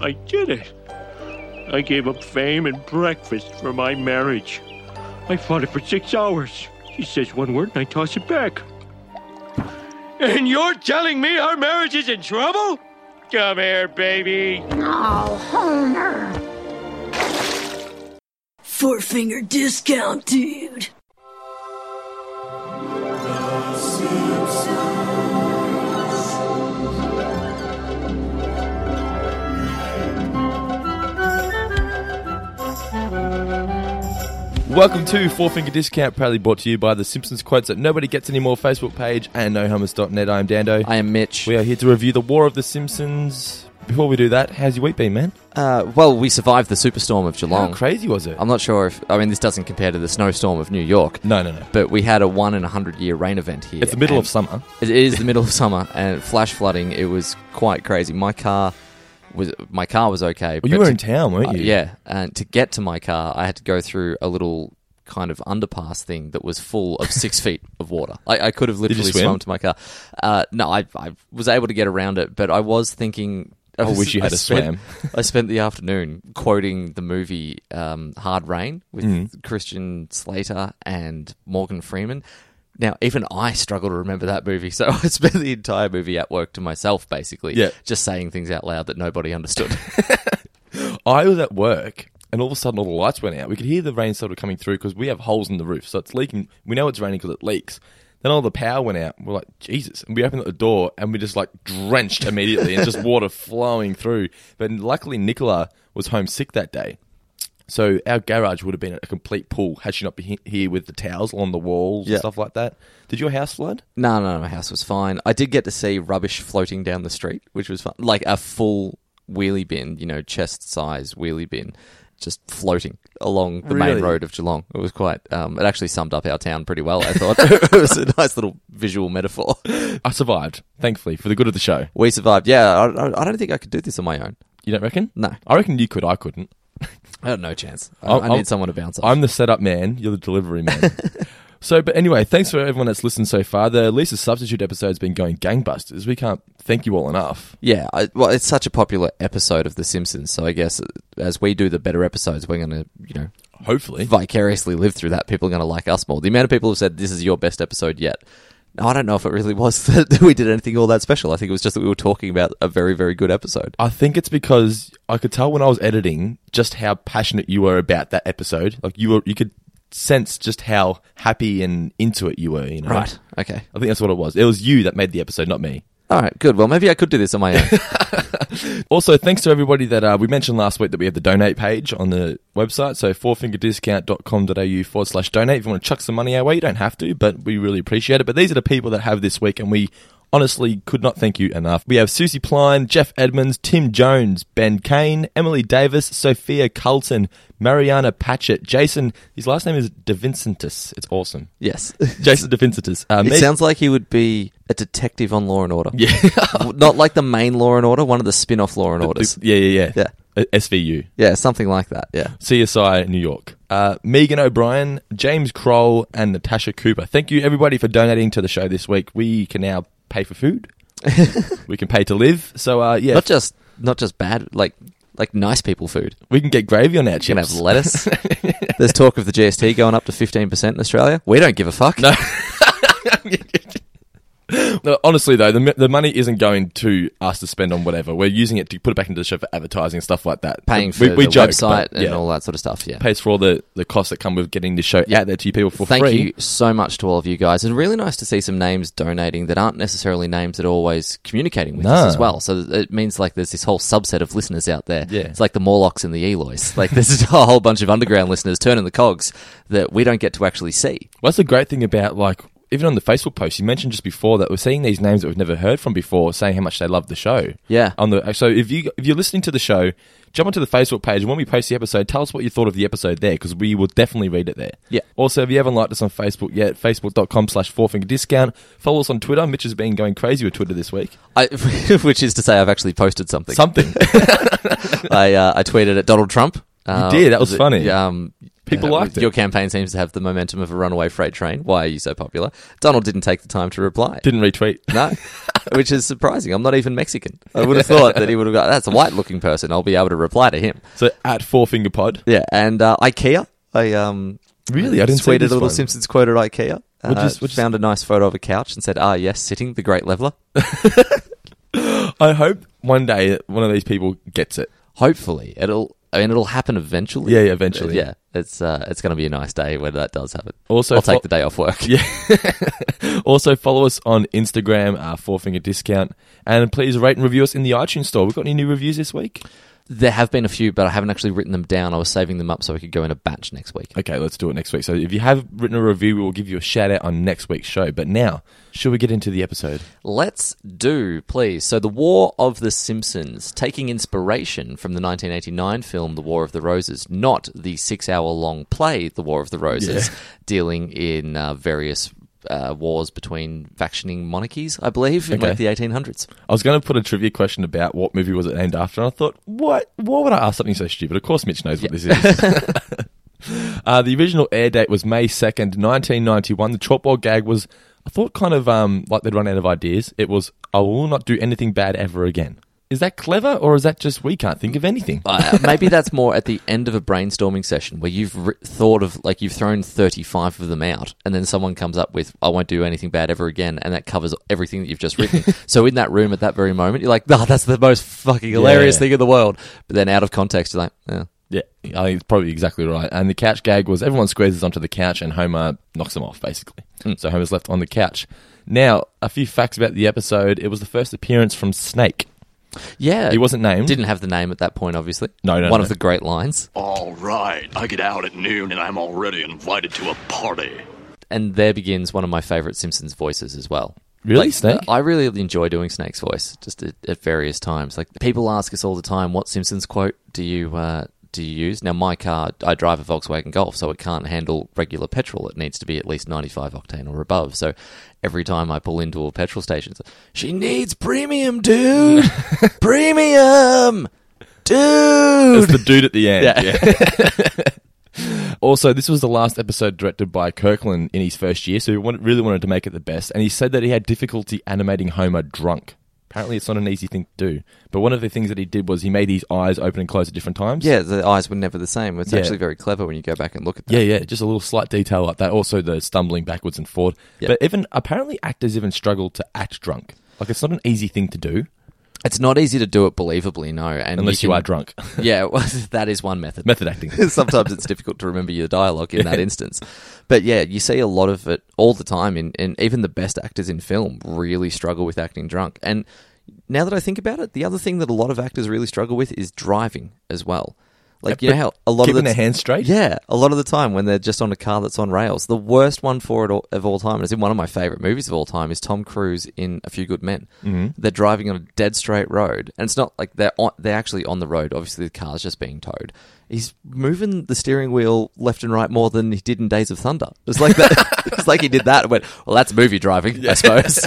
I did it. I gave up fame and breakfast for my marriage. I fought it for six hours. She says one word and I toss it back. And you're telling me our marriage is in trouble? Come here, baby. Oh, Homer. Four finger discount, dude. Welcome to Four Finger Discount, proudly brought to you by the Simpsons Quotes That Nobody Gets Anymore Facebook page and nohummus.net. I'm Dando. I am Mitch. We are here to review The War of the Simpsons. Before we do that, how's your week been, man? Uh, well, we survived the superstorm of How Geelong. crazy was it? I'm not sure if I mean this doesn't compare to the snowstorm of New York, no, no, no. but we had a one in a hundred year rain event here. It's the middle and of summer. It is the middle of summer and flash flooding. It was quite crazy. My car was my car was okay. Well, you but were to- in town, weren't uh, you? yeah, and to get to my car, I had to go through a little kind of underpass thing that was full of six feet of water. I, I could have you literally swim? swum to my car. Uh, no, I, I was able to get around it, but I was thinking. I wish you had a spent- swam. I spent the afternoon quoting the movie um, Hard Rain with Mm. Christian Slater and Morgan Freeman. Now, even I struggle to remember that movie, so I spent the entire movie at work to myself, basically, Yeah. just saying things out loud that nobody understood. I was at work, and all of a sudden, all the lights went out. We could hear the rain sort of coming through because we have holes in the roof, so it's leaking. We know it's raining because it leaks. Then all the power went out. We're like, Jesus! And we opened up the door, and we just like drenched immediately, and just water flowing through. But luckily, Nicola was homesick that day, so our garage would have been a complete pool had she not been he- here with the towels on the walls Yeah. and stuff like that. Did your house flood? No, no, no, my house was fine. I did get to see rubbish floating down the street, which was fun. Like a full wheelie bin, you know, chest size wheelie bin, just floating along the Really? main road of Geelong. It was quite, um, it actually summed up our town pretty well, I thought. it was a nice little visual metaphor. I survived, thankfully, for the good of the show. We survived. Yeah, I, I, I don't think I could do this on my own. You don't reckon? No. I reckon you could. I couldn't. I had no chance. I, I'll- I I'll- need someone to bounce off. I'm the setup man. You're the delivery man. so, but anyway, thanks for everyone that's listened so far. The Lisa substitute episode's been going gangbusters. We can't thank you all enough. yeah, I, well, it's such a popular episode of The Simpsons, so I guess as we do the better episodes, we're going to, you know, Hopefully, vicariously live through that, people are going to like us more. The amount of people who said this is your best episode yet. No, I don't know if it really was that we did anything all that special. I think it was just that we were talking about a very, very good episode. I think it's because I could tell when I was editing just how passionate you were about that episode. Like you were, you could sense just how happy and into it you were. You know, Okay. I think that's what it was. It was you that made the episode, not me. All right. Good. Well, maybe I could do this on my own. Also, thanks to everybody that uh, we mentioned last week that we have the donate page on the website. So, fourfingerdiscount.com.au forward slash donate. If you want to chuck some money our way, you don't have to, but we really appreciate it. But these are the people that have this week, and we honestly could not thank you enough. We have Susie Pline, Jeff Edmonds, Tim Jones, Ben Kane, Emily Davis, Sophia Carlton, Mariana Patchett, Jason. His last name is De Vincentis. It's awesome. yes. Um, Jason De Vincentis. Uh, It Meg- sounds like he would be a detective on Law and Order. Yeah. Not like the main Law and Order, one of the spin off Law and Orders. yeah, yeah, yeah. Yeah. Uh, SVU. Yeah, something like that. Yeah. CSI New York. Uh, Megan O'Brien, James Kroll, and Natasha Cooper. Thank you, everybody, for donating to the show this week. We can now pay for food. we can pay to live. So, uh, yeah, Not just not just bad, like like nice people food. we can get gravy on our You can chips. have lettuce. There's talk of the GST going up to 15% in Australia. We don't give a fuck. No. No, honestly, though, the, m- the money isn't going to us to spend on whatever. We're using it to put it back into the show for advertising and stuff like that. paying for we, we the joke, website but, and yeah, all that sort of stuff. Yeah. Pays for all the, the costs that come with getting this show out there to you people for Thank free. you so much to all of you guys. It's really nice to see some names donating that aren't necessarily names that are always communicating with No. us as well. So it means like there's this whole subset of listeners out there. Yeah. It's like the Morlocks and the Eloys. Like there's a whole bunch of underground listeners turning the cogs that we don't get to actually see. Well, that's the great thing about like even on the Facebook post you mentioned just before that we're seeing these names that we've never heard from before, saying how much they love the show. Yeah. On the so if you if you're listening to the show, jump onto the Facebook page and when we post the episode, tell us what you thought of the episode there because we will definitely read it there. Yeah. Also, if you haven't liked us on Facebook yet, Facebook.com/slash Four Finger Discount. Follow us on Twitter. Mitch has been going crazy with Twitter this week. I, which is to say, I've actually posted something. Something. I uh, I tweeted at Donald Trump. Uh, did? That was funny. Um, People Uh, liked it. Your campaign seems to have the momentum of a runaway freight train. Why are you so popular? Donald didn't take the time to reply. Didn't retweet. No, which is surprising. I'm not even Mexican. I would have thought that he would have got, that's a white looking person. I'll be able to reply to him. So at Four Finger Pod. Yeah, and uh, IKEA. I um Really? I didn't see tweeted this a little one. Simpsons quote at IKEA. Uh, We'll just- we'll just- found a nice photo of a couch and said, "Ah, yes, sitting the great leveler." I hope one day one of these people gets it. Hopefully, it'll. I mean, it'll happen eventually. Yeah, yeah, eventually. Yeah, it's uh, it's going to be a nice day when that does happen. Also I'll fo- take the day off work. Yeah. also, follow us on Instagram, uh, Four Finger Discount, and please rate and review us in the iTunes store. We've got any new reviews this week? There have been a few, but I haven't actually written them down. I was saving them up so we could go in a batch next week. Okay, let's do it next week. So, if you have written a review, we will give you a shout out on next week's show. But now, should we get into the episode? Let's do, please. So, The War of the Simpsons, taking inspiration from the 1989 film The War of the Roses, not the six hour long play The War of the Roses, dealing in uh, various uh, wars between factioning monarchies, I believe, in like Okay. the 1800s. I was going to put a trivia question about what movie was it named after, and I thought, what? Why would I ask something so stupid? Of course, Mitch knows what this is. uh, the original air date was May second, nineteen ninety one. The chalkboard gag was, I thought, kind of um, like they'd run out of ideas. It was, I will not do anything bad ever again. Is that clever, or is that just we can't think of anything? Uh, maybe that's more at the end of a brainstorming session where you've ri thought of, like, you've thrown 35 of them out, and then someone comes up with, I won't do anything bad ever again, and that covers everything that you've just written. so in that room at that very moment, you're like, oh, that's the most fucking hilarious Yeah. thing in the world. But then out of context, you're like, yeah. Yeah, I think it's probably exactly right. And the couch gag was everyone squeezes onto the couch and Homer knocks him off, basically. So Homer's left on the couch. Now, a few facts about the episode. It was the first appearance from Snake. Yeah. He wasn't named. Uh, Didn't have the name at that point, obviously. No, no, One no. of the great lines. All right, I get out at noon and I'm already invited to a party. And there begins one of my favorite Simpsons voices as well. Really? Like, Snake? I really enjoy doing Snake's voice, just at, at various times. Like people ask us all the time, "What Simpsons quote do you uh, do you use?" Now, my car, I drive a Volkswagen Golf, so it can't handle regular petrol. It needs to be at least ninety-five octane or above. So every time I pull into a petrol station, it's, she needs premium, dude, premium, It's uh, dude. the dude at the end. yeah. also, this was the last episode directed by Kirkland in his first year, so he wanted, really wanted to make it the best. And he said that he had difficulty animating Homer drunk. Apparently, it's not an easy thing to do. But one of the things that he did was he made his eyes open and close at different times. Yeah, the eyes were never the same. It's Yeah. actually very clever when you go back and look at that. Yeah, yeah, just a little slight detail like that. Also, the stumbling backwards and forward. Yeah. But even apparently, actors even struggle to act drunk. Like it's not an easy thing to do It's not easy to do it believably, no. And unless you, can- are drunk. Yeah, well, that is one method. Method acting. Sometimes it's difficult to remember your dialogue in that instance. But yeah, you see a lot of it all the time, in, and even the best actors in film really struggle with acting drunk. And now that I think about it, the other thing that a lot of actors really struggle with is driving as well. Like, Yeah, you know how but a lot of the keeping their hands straight? Yeah, a lot of the time when they're just on a car that's on rails. The worst one for it all, of all time, and it's in one of my favorite movies of all time, is Tom Cruise in A Few Good Men. Mm-hmm. They're driving on a dead straight road, and it's not like they're on, they're actually on the road. Obviously, the car's just being towed. He's moving the steering wheel left and right more than he did in Days of Thunder. It's like that. it's like he did that. And went well. That's movie driving, I suppose.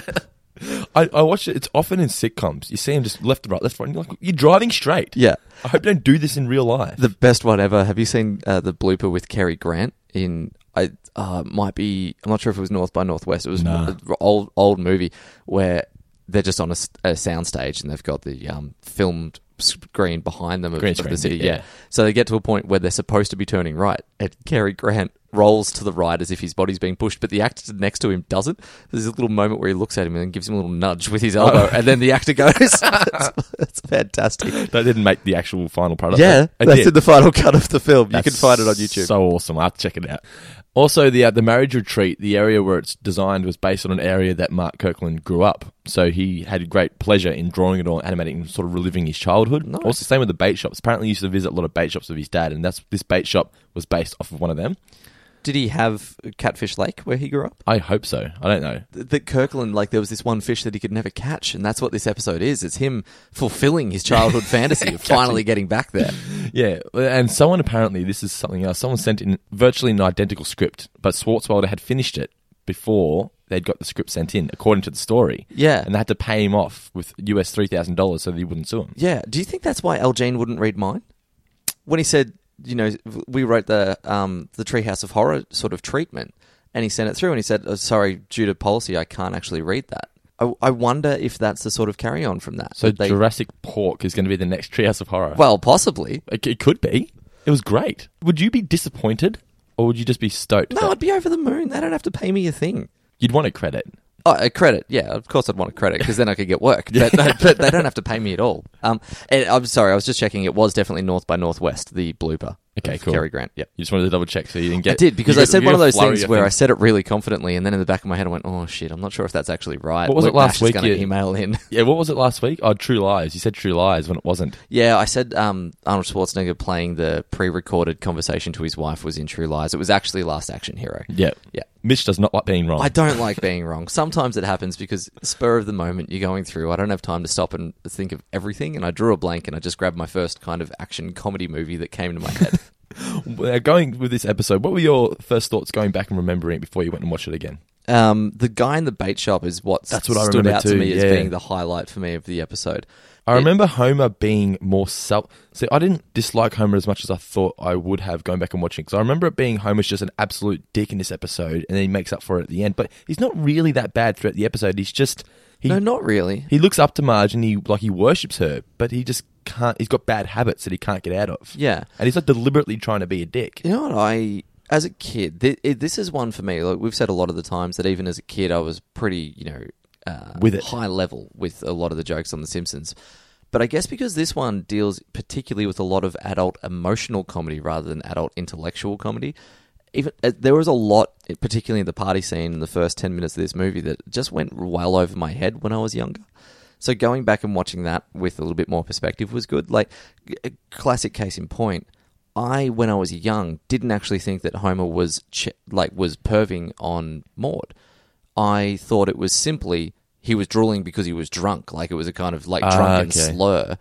I, I watch it. It's often in sitcoms. You see him just left, right, left, right. And you're like, you're driving straight. Yeah. I hope you don't do this in real life. the best one ever. Have you seen uh, the blooper with Cary Grant in? I uh, might be. I'm not sure if it was North by Northwest. It was an old old movie where they're just on a, s- a soundstage and they've got the um, filmed screen behind them of, Green of screen, the city. yeah. Yeah. So they get to a point where they're supposed to be turning right, and Cary Grant rolls to the right as if his body's being pushed, but the actor next to him doesn't. There's a little moment where he looks at him and then gives him a little nudge with his Oh. elbow, and then the actor goes. it's, it's fantastic. that didn't make the actual final product. Yeah, but it that's did. in the final cut of the film. you That's can find it on YouTube. So awesome! I have to check it out. Also, the uh, the marriage retreat, the area where it's designed, was based on an area that Mark Kirkland grew up. So he had great pleasure in drawing it all, animating, and sort of reliving his childhood. Also, same with the bait shops. Apparently, he used to visit a lot of bait shops with his dad, and that's this bait shop was based off of one of them. Did he have Catfish Lake where he grew up? I hope so. I don't know. That Kirkland, like, there was this one fish that he could never catch, and that's what this episode is. It's him fulfilling his childhood fantasy of finally getting back there. Yeah, and someone apparently this is something else. Someone sent in virtually an identical script, but Swartzwelder had finished it before they'd got the script sent in, according to the story. Yeah. and they had to pay him off with US three thousand dollars so that he wouldn't sue him. Yeah. Do you think that's why Elgene wouldn't read mine? When he said, you know, we wrote the um, the Treehouse of Horror sort of treatment, and he sent it through, and he said, oh, "Sorry, due to policy, I can't actually read that." I, I wonder if that's the sort of carry on from that. So that they- Jurassic Pork is going to be the next Treehouse of Horror. well, possibly. it, it could be. It was great. Would you be disappointed, or would you just be stoked? No, that- I'd be over the moon. They don't have to pay me a thing. you'd want a credit. Oh, a credit, yeah. Of course, I'd want a credit because then I could get work. But, but they don't have to pay me at all. Um, and I'm sorry, I was just checking. It was definitely North by Northwest, the blooper. Okay, of cool. Cary Grant. Yep. You just wanted to double check, so you didn't get. I did because you I got- said you one got of a those flurry things of where I things. said it really confidently, and then in the back of my head, I went, "Oh shit, I'm not sure if that's actually right." What was it Luke last Nash is week gonna you- email in. Yeah, what was it last week? Oh, True Lies. You said True Lies when it wasn't. yeah, I said um, Arnold Schwarzenegger playing the pre-recorded conversation to his wife was in True Lies. It was actually Last Action Hero. Yeah, Yeah. Mitch does not like being wrong. I don't like being wrong. Sometimes it happens because spur of the moment you're going through. I don't have time to stop and think of everything, and I drew a blank and I just grabbed my first kind of action comedy movie that came to my head. Uh, Going with this episode, what were your first thoughts going back and remembering it before you went and watched it again? um, the guy in the bait shop is what That's what I stood remember out too, to me as yeah. being the highlight for me of the episode. I remember Homer being more self. See, I didn't dislike Homer as much as I thought I would have going back and watching because I remember it being Homer's just an absolute dick in this episode, and then he makes up for it at the end. But he's not really that bad throughout the episode. He's just he no, not really. he looks up to Marge and he like he worships her, but he just can't. He's got bad habits that he can't get out of. Yeah. and he's like deliberately trying to be a dick. You know what I, as a kid, th- it, this is one for me. Like we've said a lot of the times that even as a kid, I was pretty, you know, uh, With it. high level with a lot of the jokes on The Simpsons. But I guess because this one deals particularly with a lot of adult emotional comedy rather than adult intellectual comedy, even uh, there was a lot, particularly in the party scene in the first ten minutes of this movie, that just went well over my head when I was younger. So going back and watching that with a little bit more perspective was good. Like a classic case in point, I when I was young didn't actually think that Homer was ch- like was perving on Maud. I thought it was simply he was drooling because he was drunk, like it was a kind of like drunken Ah, okay. slur,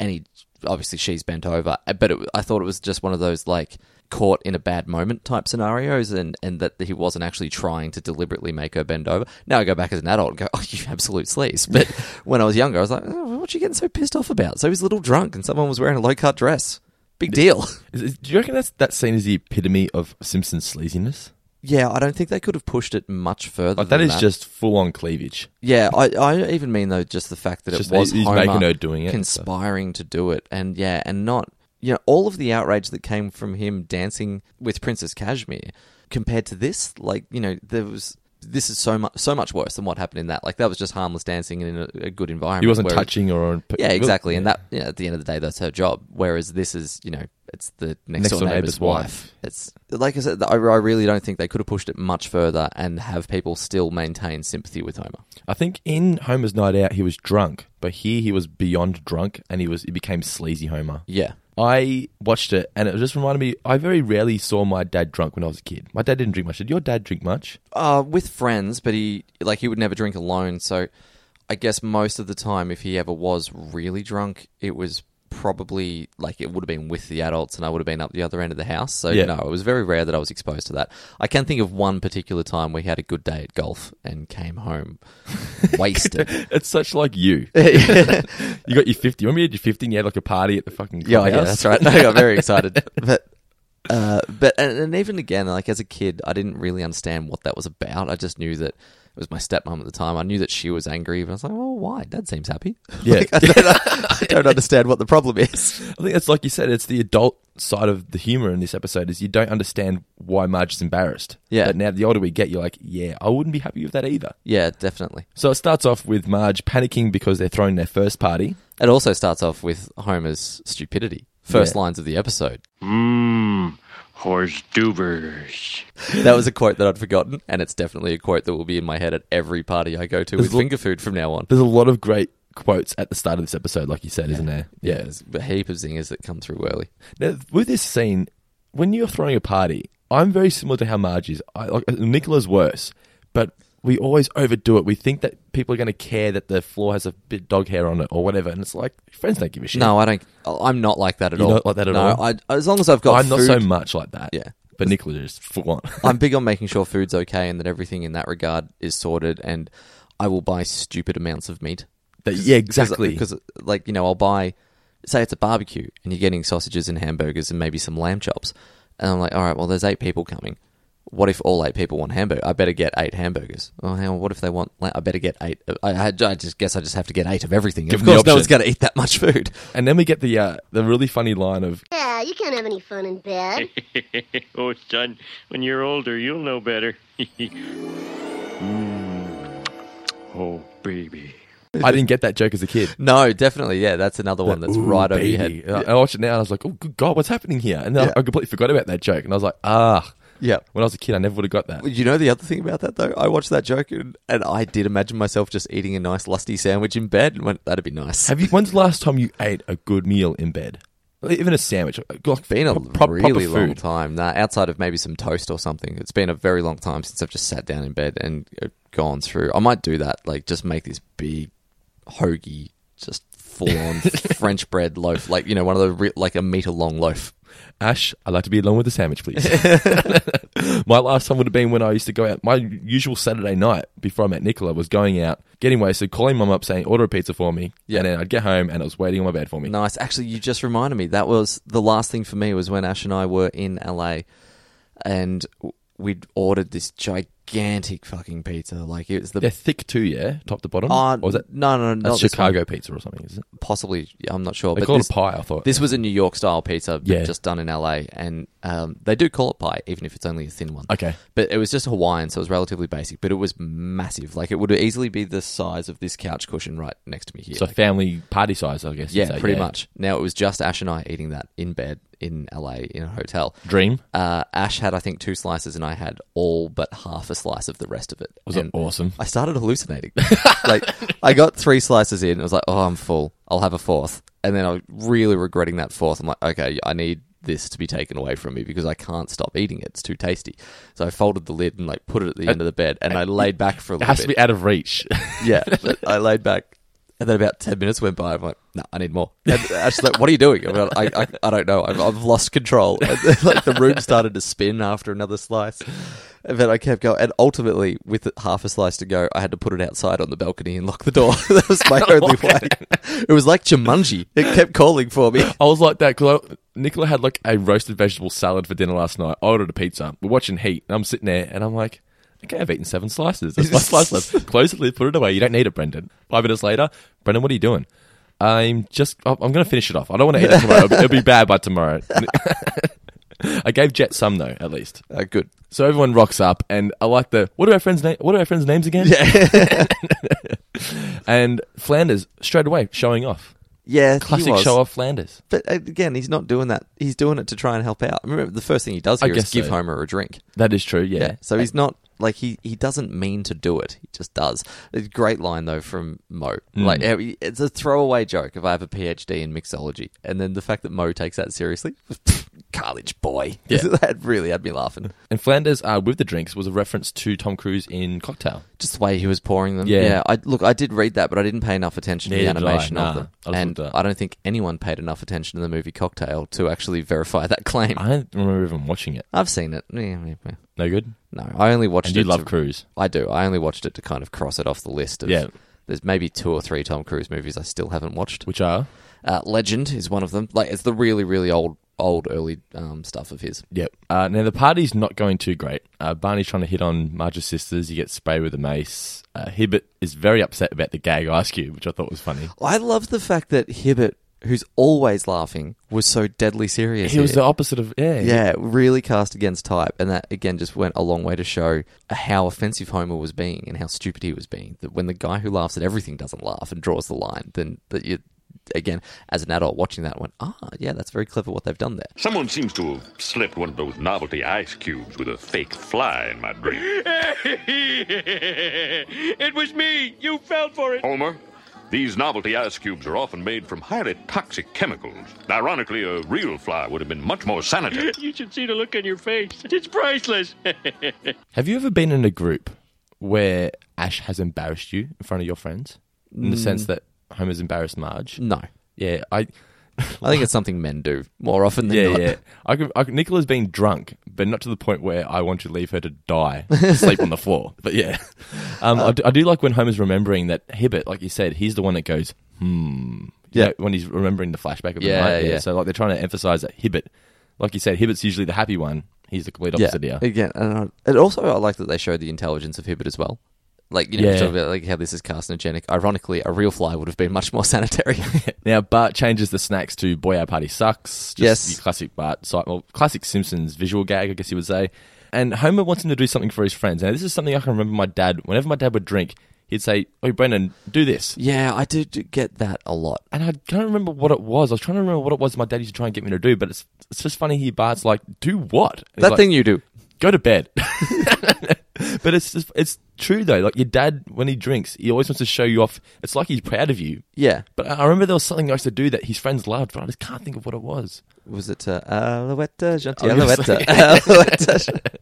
and he obviously she's bent over. Uh, But it, I thought it was just one of those like caught in a bad moment type scenarios, and and that he wasn't actually trying to deliberately make her bend over. Now I go back as an adult and go, oh, you absolute sleaze. But when I was younger, I was like, oh, what you getting so pissed off about? So he's a little drunk, and someone was wearing a low cut dress. Big deal. Is- is- do you reckon that's, that scene is the epitome of Simpson's sleaziness? Yeah, I don't think they could have pushed it much further. Like that than is just full on cleavage. Yeah, I, I even mean though just the fact that Just it was he's Homer making her doing it and stuff. conspiring to do it, and yeah, and not you know all of the outrage that came from him dancing with Princess Kashmir compared to this, like you know there was this is so much so much worse than what happened in that. Like that was just harmless dancing in a, a good environment. He wasn't whereas- touching or Yeah, exactly, and that you know, at the end of the day, that's her job. Whereas this is you know it's the next, door, neighbor's, wife. It's like I said, I, I really don't think they could have pushed it much further and have people still maintain sympathy with Homer. I think in Homer's Night Out he was drunk, but here he was beyond drunk and he was he became sleazy Homer. Yeah. I watched it and it just reminded me I very rarely saw my dad drunk when I was a kid. My dad didn't drink much. Did your dad drink much? Uh, with friends, but he like he would never drink alone. So I guess most of the time, if he ever was really drunk, it was probably like it would have been with the adults, and I would have been up the other end of the house. So Yeah. no, it was very rare that I was exposed to that. I can think of one particular time where he had a good day at golf and came home wasted. It's such like you. you got your fifty. Remember you had your fifty and you had like a party at the fucking Yeah, yeah, clubhouse? that's right. I got very excited, but uh, but and, and even again, like as a kid, I didn't really understand what that was about. I just knew that it was my stepmom at the time. I knew that she was angry, but I was like, "Well, why? Dad seems happy." Yeah. Like, I, don't, I don't understand what the problem is. I think that's like you said, it's the adult side of the humor in this episode is you don't understand why Marge is embarrassed. Yeah. But now the older we get, you're like, yeah, I wouldn't be happy with that either. Yeah, definitely. So it starts off with Marge panicking because they're throwing their first party. It also starts off with Homer's stupidity. First Yeah. lines of the episode. Mmm, horse dubers. That was a quote that I'd forgotten, and it's definitely a quote that will be in my head at every party I go to with lo- finger food from now on. There's a lot of great quotes at the start of this episode, like you said, isn't there? Yeah, there's a heap of zingers that come through early. Now, with this scene, when you're throwing a party, I'm very similar to how Marge is. I, like, Nicola's worse, but we always overdo it. We think that people are going to care that the floor has a bit dog hair on it or whatever, and it's like friends don't give a shit. No, I don't. I'm not like that at You're all. not like that at no, all? I, as long as I've got, I'm not so food, much like that. Yeah. but Nicola is full on. I'm big on making sure food's okay and that everything in that regard is sorted. And I will buy stupid amounts of meat. That- yeah, exactly. Because, like you know, I'll buy say it's a barbecue and you're getting sausages and hamburgers and maybe some lamb chops. And I'm like, all right, well, there's eight people coming. What if all eight people want hamburger? I better get eight hamburgers. Oh, hang on. What if they want? La- I better get eight. I, I, I just guess I just have to get eight of everything. Give of them the course, no option. one's going to eat that much food. And then we get the uh, the really funny line of Yeah, you can't have any fun in bed. oh, son, when you're older, you'll know better. Mm. Oh, baby. I didn't get that joke as a kid. No, definitely. Yeah, that's another one that's Ooh, right over your baby. head. I I watched it now and I was like, oh, good God, what's happening here? And then I, I completely forgot about that joke. And I was like, ah. Yeah. When I was a kid, I never would have got that. You know the other thing about that though, I watched that joke and, and I did imagine myself just eating a nice lusty sandwich in bed and went, "That'd be nice." Have you? When's the last time you ate a good meal in bed? Even a sandwich. Like, been a pro- pro- proper really long food. time. Nah, outside of maybe some toast or something, it's been a very long time since I've just sat down in bed and uh, gone through. I might do that, like just make this big hoagie, just full on French bread loaf, like you know, one of the re- like a meter long loaf. Ash, I'd like to be alone with a sandwich, please. my last time would have been when I used to go out. My usual Saturday night before I met Nicola was going out, getting wasted, calling mum up saying, order a pizza for me. Yeah. And then I'd get home and it was waiting on my bed for me. Nice. Actually, you just reminded me. That was the last thing for me was when Ash and I were in LA, and w- we'd ordered this gigantic fucking pizza. Like it was the They're thick too, yeah? Top to bottom? Uh, or was that no, no, no, that's not this Chicago pizza or something, is it? possibly I'm not sure. They but call this, it a pie, I thought. This was a New York style pizza, but Yeah. just done in LA, and um, they do call it pie, even if it's only a thin one. Okay. but it was just Hawaiian, so it was relatively basic, but it was massive. Like it would easily be the size of this couch cushion right next to me here. So Like, family party size, I guess. you'd yeah, say, pretty much. Now it was just Ash and I eating that in bed in LA in a hotel. Dream. Uh, Ash had, I think, two slices, and I had all but half a slice of the rest of it. Was it And awesome? I started hallucinating. like I got three slices in, I was like, "Oh, I'm full. I'll have a fourth. And then I was really regretting that fourth. I'm like, "Okay, I need this to be taken away from me because I can't stop eating it. It's too tasty." So I folded the lid and like put it at the end of the bed, and I laid back for a Uh, It little has to bit. be out of reach. yeah, but I laid back, and then about ten minutes went by. I'm like, "No, I need more." And Ash's like, "What are you doing?" I'm like, I, I, I don't know. I've, I've lost control. And then, like the room started to spin after another slice. And then I kept going, and ultimately, with half a slice to go, I had to put it outside on the balcony and lock the door. that was my only way. It was like Jumanji. It kept calling for me. I was like that because Nicola had like a roasted vegetable salad for dinner last night. I ordered a pizza. We're watching Heat, and I'm sitting there, and I'm like, okay, I've eaten seven slices. That's my slice left. Close the lid, put it away. You don't need it, Brendan. Five minutes later, Brendan, what are you doing? I'm just. I'm going to finish it off. I don't want to eat it tomorrow. It'll be bad by tomorrow. I gave Jet some though, at least. Uh, good. So everyone rocks up, and I like the what are our friends' name? What are our friends' names again? Yeah. and Flanders straight away showing off. Yeah, Classic show off Flanders. But uh, again, he's not doing that. He's doing it to try and help out. Remember, the first thing he does I here is guess give so. Homer a drink. That is true. Yeah. So he's not like he, he doesn't mean to do it. He just does. A great line though from Mo. Mm. Like how he- it's a throwaway joke if I have a PhD in mixology, and then the fact that Mo takes that seriously, college boy. Yeah. that really had me laughing. And Flanders uh, with the drinks was a reference to Tom Cruise in Cocktail. Just the way he was pouring them. Yeah. I look. I did read that, but I didn't pay enough attention to Neither the did I, animation nah. of them, I just and looked up. I don't think anyone paid enough attention to the movie Cocktail to actually verify that claim. I don't remember even watching it. I've seen it. Yeah, yeah, yeah. No good. No, I only watched And it. you love to- Cruise. I do. I only watched it to kind of cross it off the list. Of, Yeah. There's maybe two or three Tom Cruise movies I still haven't watched. Which are Uh, Legend is one of them. Like it's the really, really old, old, early um, stuff of his. yep. Uh, now the party's not going too great. Uh, Barney's trying to hit on Marge's sisters. He gets sprayed with a mace. Uh, Hibbert is very upset about the gag ice cube, which I thought was funny. I love the fact that Hibbert, who's always laughing, was so deadly serious. He was the here. opposite of yeah. yeah, really cast against type, and that again just went a long way to show how offensive Homer was being and how stupid he was being. That when the guy who laughs at everything doesn't laugh and draws the line, then that you, again, as an adult watching that, went, ah, yeah, that's very clever what they've done there. Someone seems to have slipped one of those novelty ice cubes with a fake fly in my drink. it was me. You fell for it. Homer, these novelty ice cubes are often made from highly toxic chemicals. Ironically, a real fly would have been much more sanitary. You should see the look on your face. It's priceless. Have you ever been in a group where Ash has embarrassed you in front of your friends? In the sense that Homer's embarrassed Marge. No, Yeah, I I think it's something men do more often than Yeah, not. yeah. I could, I could, Nicola's been drunk, but not to the point where I want to leave her to die, to sleep on the floor. But yeah, um, I, do, I do like when Homer's remembering that Hibbert, like you said, he's the one that goes, Yeah, when he's remembering the flashback of Yeah, the night. yeah. So like they're trying to emphasize that Hibbert, like you said, Hibbert's usually the happy one. He's the complete opposite here. Again, and, I- and also I like that they showed the intelligence of Hibbert as well. Like you know, Yeah. talk about like how this is carcinogenic. Ironically, a real fly would have been much more sanitary. Now Bart changes the snacks to "Boy, our party sucks." Just Yes. your classic Bart, si- well, classic Simpsons visual gag, I guess you would say. And Homer wants him to do something for his friends. Now this is something I can remember my dad. Whenever my dad would drink, he'd say, "Oh, Brendan, do this," yeah, I do, do get that a lot. and I can't remember what it was. I was trying to remember what it was my dad used to try and get me to do, but it's it's just funny. He Bart's like, "Do what?" And he's That like, thing you do. go to bed. but it's just, it's true though. Like your dad, when he drinks, he always wants to show you off. It's like he's proud of you. Yeah. But I I remember there was something I used to do that his friends loved, but I just can't think of what it was. Was it uh, Alouette, Gentil I was gonna Alouette? uh, Alouette.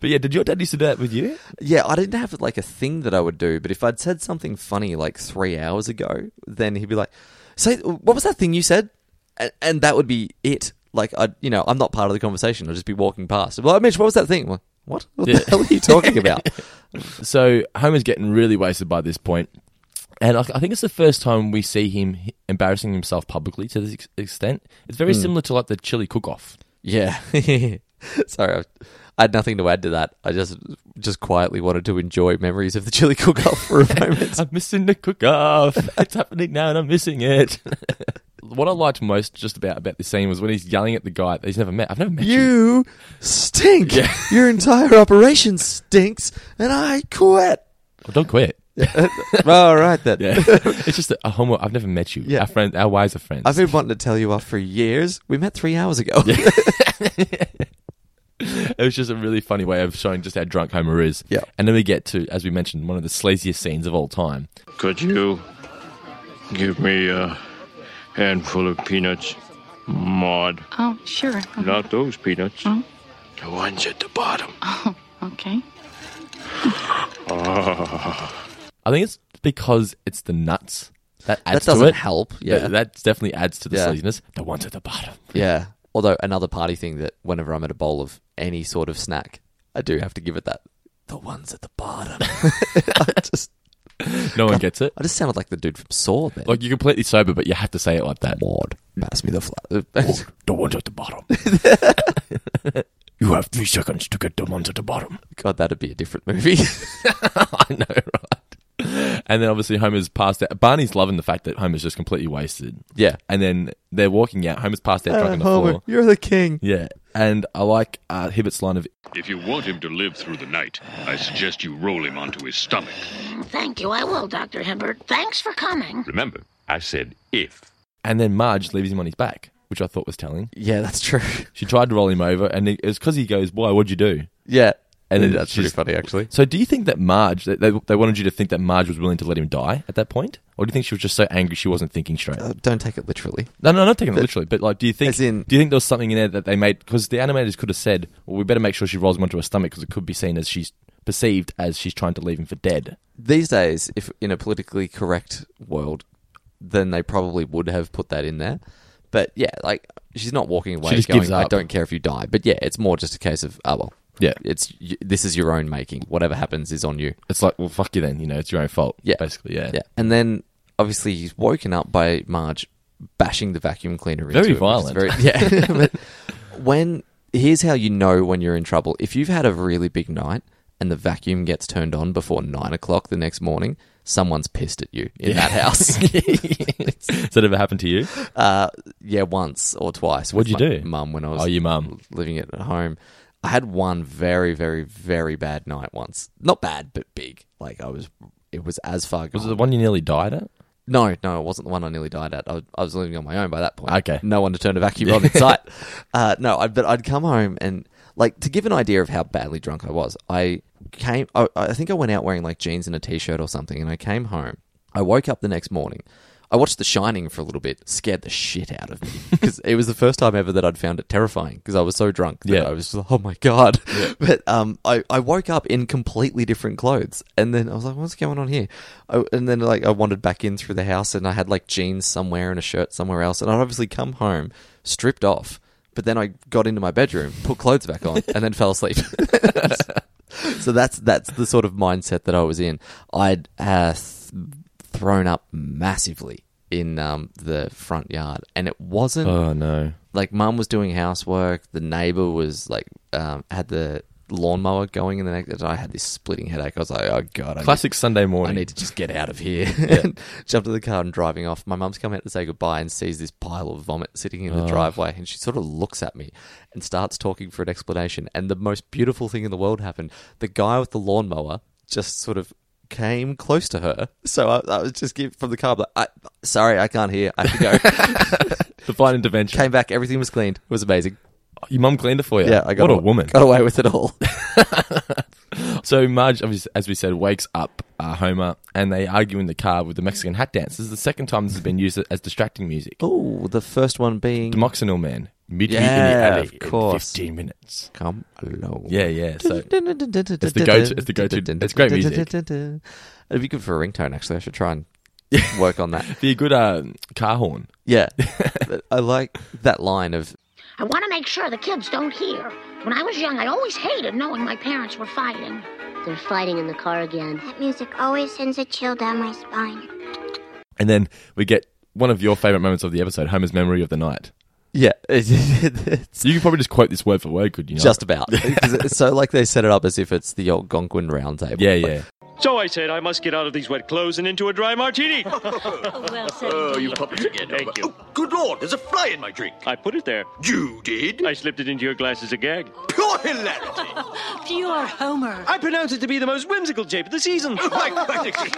But yeah, did your dad used to do that with you? yeah, I didn't have like a thing that I would do, but if I'd said something funny like three hours ago, then he'd be like, "Say, what was that thing you said?" And, and that would be it. Like I, you know, I'm not part of the conversation. I'll just be walking past. Well, Mitch, what was that thing? Well, what? What Yeah. the hell are you talking about? So Homer's getting really wasted by this point, and I, I think it's the first time we see him h- embarrassing himself publicly to this ex- extent. It's very similar to like the chili cook-off. yeah. Sorry, I, I had nothing to add to that. I just just quietly wanted to enjoy memories of the chili cook-off for a moment. I'm missing the cook off. it's happening now and I'm missing it. what I liked most just about about this scene was when he's yelling at the guy that he's never met. I've never met you. You stink. Your entire operation stinks, and I quit. Well, don't quit. well, all right then. Yeah. it's just a, a homo. I've never met you. Yeah. Our friend, our wives are friends. I've been wanting to tell you off for years. We met three hours ago. it was just a really funny way of showing just how drunk Homer is. Yeah. And then we get to, as we mentioned, one of the sleaziest scenes of all time. Could you give me a handful of peanuts? Maud, Oh, sure. Uh, not those peanuts. Oh. The ones at the bottom. Okay. I think it's because it's the nuts that adds doesn't to it. help, That- yeah. That, definitely adds to the Yeah. sleaziness. The ones at the bottom. yeah. Although another party thing that whenever I'm at a bowl of any sort of snack, I do have to give it that. The ones at the bottom. I just, No one gets it. I just sounded like the dude from Saw then. Like you're completely sober, but you have to say it like that. Oh, Maud, pass me the flat. the ones at the bottom. you have three seconds to get the ones at the bottom. God, that'd be a different movie. I know, right? And then obviously Homer's passed out. Barney's loving the fact that Homer's just completely wasted. yeah. And then they're walking out. Homer's passed out Uh, drunk on the floor. you're the king. Yeah. And I like uh, Hibbert's line of If you want him to live through the night, I suggest you roll him onto his stomach. Thank you. I will, Dr. Hibbert. Thanks for coming. Remember, I said if. and then Marge leaves him on his back, which I thought was telling. Yeah, that's true. She tried to roll him over and it it was because he goes, Why, what'd you do? Yeah. And then that's it's pretty just- funny, actually. So do you think that Marge they, they, they wanted you to think that Marge was willing to let him die at that point? Or do you think she was just so angry she wasn't thinking straight? Uh, don't take it literally. No, no, not taking it literally, but like, do you think? As in- do you think there was something in there that they made? Because the animators could have said, "Well, we better make sure she rolls him onto her stomach because it could be seen as she's perceived as she's trying to leave him for dead." these days, if in a politically correct world, then they probably would have put that in there. But yeah, like she's not walking away She just going, gives "I up. don't care if you die." But yeah, it's more just a case of, "Oh well, Yeah. it's y- this is your own making. Whatever happens is on you." It's like, well, fuck you then. You know, it's your own fault. Yeah, basically, yeah. yeah. And then obviously he's woken up by Marge bashing the vacuum cleaner. Very into him, which is violent. yeah. but when here's how you know when you're in trouble: if you've had a really big night and the vacuum gets turned on before nine o'clock the next morning, someone's pissed at you in that house. Has that ever happened to you? Uh, yeah, once or twice. with What'd you my do? Mum, when I was Oh, your mum. living at home, I had one very, very, very bad night once. Not bad, but big. Like I was, it was as far. Gone. Was it the one you nearly died at? No, no, it wasn't the one I nearly died at. I was, I was living on my own by that point. Okay. No one to turn a vacuum on in sight. Uh, no, I'd, but I'd come home and, like, to give an idea of how badly drunk I was, I came, I, I think I went out wearing, like, jeans and a t shirt or something, and I came home. I woke up the next morning. I watched The Shining for a little bit, scared the shit out of me because it was the first time ever that I'd found it terrifying because I was so drunk. That Yeah. I was just like, oh my god. But um, I, I woke up in completely different clothes, and then I was like, what's going on here? I, and then like I wandered back in through the house, and I had like jeans somewhere and a shirt somewhere else, and I'd obviously come home stripped off. But then I got into my bedroom, put clothes back on, and then fell asleep. so that's that's the sort of mindset that I was in. I'd uh, th- thrown up massively in um, the front yard, and it wasn't Oh no. like mum was doing housework. The neighbor was like um, had the lawnmower going in the next. and I had this splitting headache. I was like, oh god, I need- Classic Sunday I morning. need to just get out of here. Jumped in the car and driving off. My mum's come out to say goodbye and sees this pile of vomit sitting in the driveway. And she sort of looks at me and starts talking for an explanation. And the most beautiful thing in the world happened. The guy with the lawnmower just sort of came close to her. So I, I was just give, from the car, like, I, sorry, I can't hear. I have to go. Divine intervention. came back. Everything was cleaned. It was amazing. Your mum cleaned it for you. Yeah, I got what a aw- woman. Got away with it all. So Marge, obviously, as we said, wakes up uh, Homer, and they argue in the car with the Mexican hat dance. This is the second time this has been used as distracting music. Ooh, the first one being Demoxenil Man, midweek in the Yeah, alley, of in course. fifteen minutes. come along. Yeah, yeah. So it's the go-to- it's the go-to- it's great music. It'd be good for a ringtone, actually. I should try and work on that. be a good uh, car horn. Yeah, I like that line of I want to make sure the kids don't hear. When I was young, I always hated knowing my parents were fighting. They're fighting in the car again. That music always sends a chill down my spine. And then we get one of your favorite moments of the episode, Homer's memory of the night. yeah. it's You could probably just quote this word for word, could you? Not? just about 'Cause it's so like they set it up as if it's the Algonquin round table. yeah, yeah. So I said I must get out of these wet clothes and into a dry martini. Oh, you puppets again. Thank you. Oh, good lord, there's a fly in my drink. I put it there. You did? I slipped it into your glass as a gag. Pure hilarity. Pure Homer. I pronounce it to be the most whimsical jape of the season. Magnificent.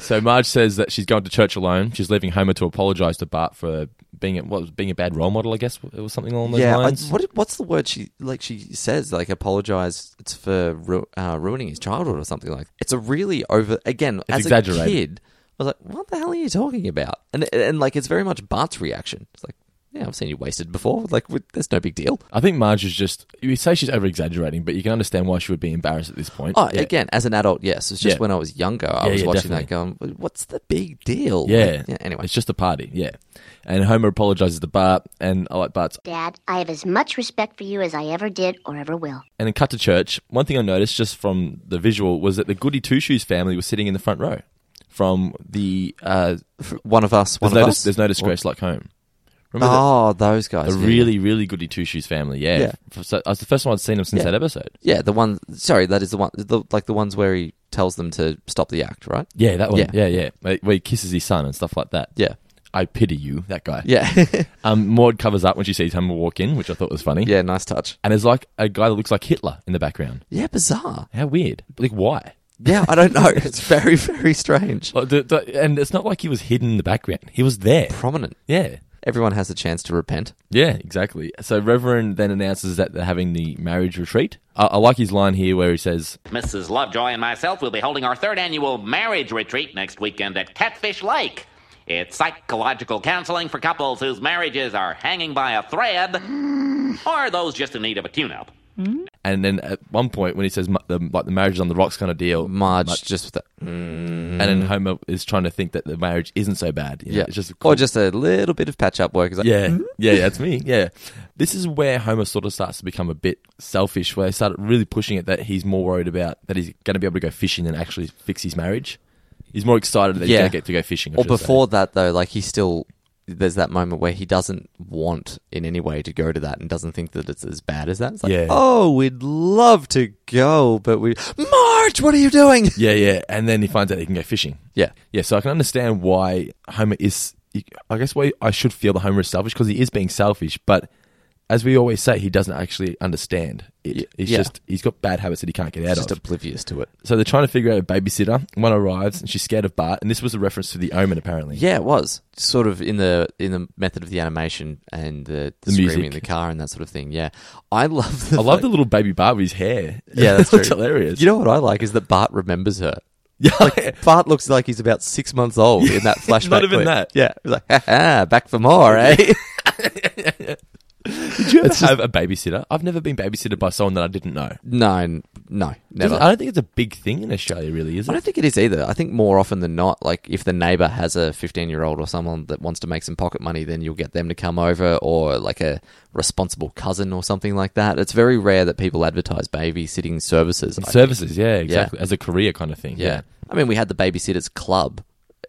So Marge says that she's going to church alone. She's leaving Homer to apologize to Bart for being a, what was being a bad role model. I guess it was something along those yeah. I, lines. what, what's the word she like? She says like apologize. It's for ru- uh, ruining his childhood or something like. It's a really over again as a exaggerated. kid. I was like, what the hell are you talking about? And and like it's very much Bart's reaction. It's like, yeah, I've seen you wasted before. Like, w- that's no big deal. I think Marge is just. You say she's over exaggerating, but you can understand why she would be embarrassed at this point. Oh, yeah. again, as an adult, yes. It's just Yeah. when I was younger, I Yeah, was yeah, watching that going, what's the big deal? Yeah. Like, yeah anyway. It's just a party. Yeah. And Homer apologizes to Bart, and I like Bart's. Dad, I have as much respect for you as I ever did or ever will. And then cut to church. One thing I noticed just from the visual was that the Goody Two Shoes family was sitting in the front row. From the uh, One of us, one there's, no, of dis- us. there's no disgrace like home. Remember Oh, those that? guys. A yeah. really, really Goody Two Shoes family. Yeah. Yeah. F- So that's the first time I'd seen them since Yeah. that episode. Yeah, the one. Sorry, that is the one. The, like the ones where he tells them to stop the act, right? Yeah, that one. Yeah. Yeah, yeah. Where- Where he kisses his son and stuff like that. Yeah. I pity you, that guy. Yeah. Um, Maud covers up when she sees Homer walk in, which I thought was funny. yeah, nice touch. And there's like a guy that looks like Hitler in the background. Yeah, bizarre. How weird. Like, why? Yeah, I don't know. It's very, very strange. Like, the, the, and it's not like he was hidden in the background. He was there. Prominent. Yeah. Everyone has a chance to repent. Yeah, exactly. So Reverend then announces that they're having the marriage retreat. I, I like his line here where he says, Mrs. Lovejoy and myself will be holding our third annual marriage retreat next weekend at Catfish Lake. It's psychological counseling for couples whose marriages are hanging by a thread or those just in need of a tune up. and then at one point when he says mu- the, like the marriage is on the rocks kind of deal, Marge, just with that. and then Homer is trying to think that the marriage isn't so bad. You know, Mm. Yeah. it's just Or just Mm-hmm. a little bit of patch up work. It's like, yeah, yeah, that's me. Yeah, this is where Homer sort of starts to become a bit selfish, where they start really pushing it that he's more worried about that he's going to be able to go fishing than actually fix his marriage. He's more excited that he's Yeah. going to get to go fishing. I Or should say. before that, though, like he still there's that moment where he doesn't want in any way to go to that and doesn't think that it's as bad as that. It's like, Yeah. oh, we'd love to go, but we March, what are you doing? Yeah, yeah. And then he finds out he can go fishing. Yeah. Yeah, so I can understand why Homer is. I guess why I should feel that Homer is selfish because he is being selfish, but as we always say, he doesn't actually understand it. He's yeah. just he's got bad habits that he can't get out Just of. oblivious to it. so they're trying to figure out a babysitter. One arrives and she's scared of Bart, and this was a reference to the Omen, apparently. Yeah, it was sort of in the in the method of the animation and the, The screaming in music. the car and that sort of thing. Yeah, I love. The I love the little baby Bart with his hair. Yeah, that's true. It's hilarious. You know what I like is that Bart remembers her. yeah, Bart looks like he's about six months old in that flashback. Not even clip. that. Yeah, he's like, ha ha, back for more, eh? did you ever have a babysitter? I've never been babysitted by someone that I didn't know. No, n- no, never. I don't think it's a big thing in Australia, really, is I it? don't think it is either. I think more often than not, like if the neighbor has a 15 year old or someone that wants to make some pocket money, then you'll get them to come over or like a responsible cousin or something like that. It's very rare that people advertise babysitting services. I think. Services, yeah, exactly. As a career kind of thing. Yeah. I mean, we had the Babysitters Club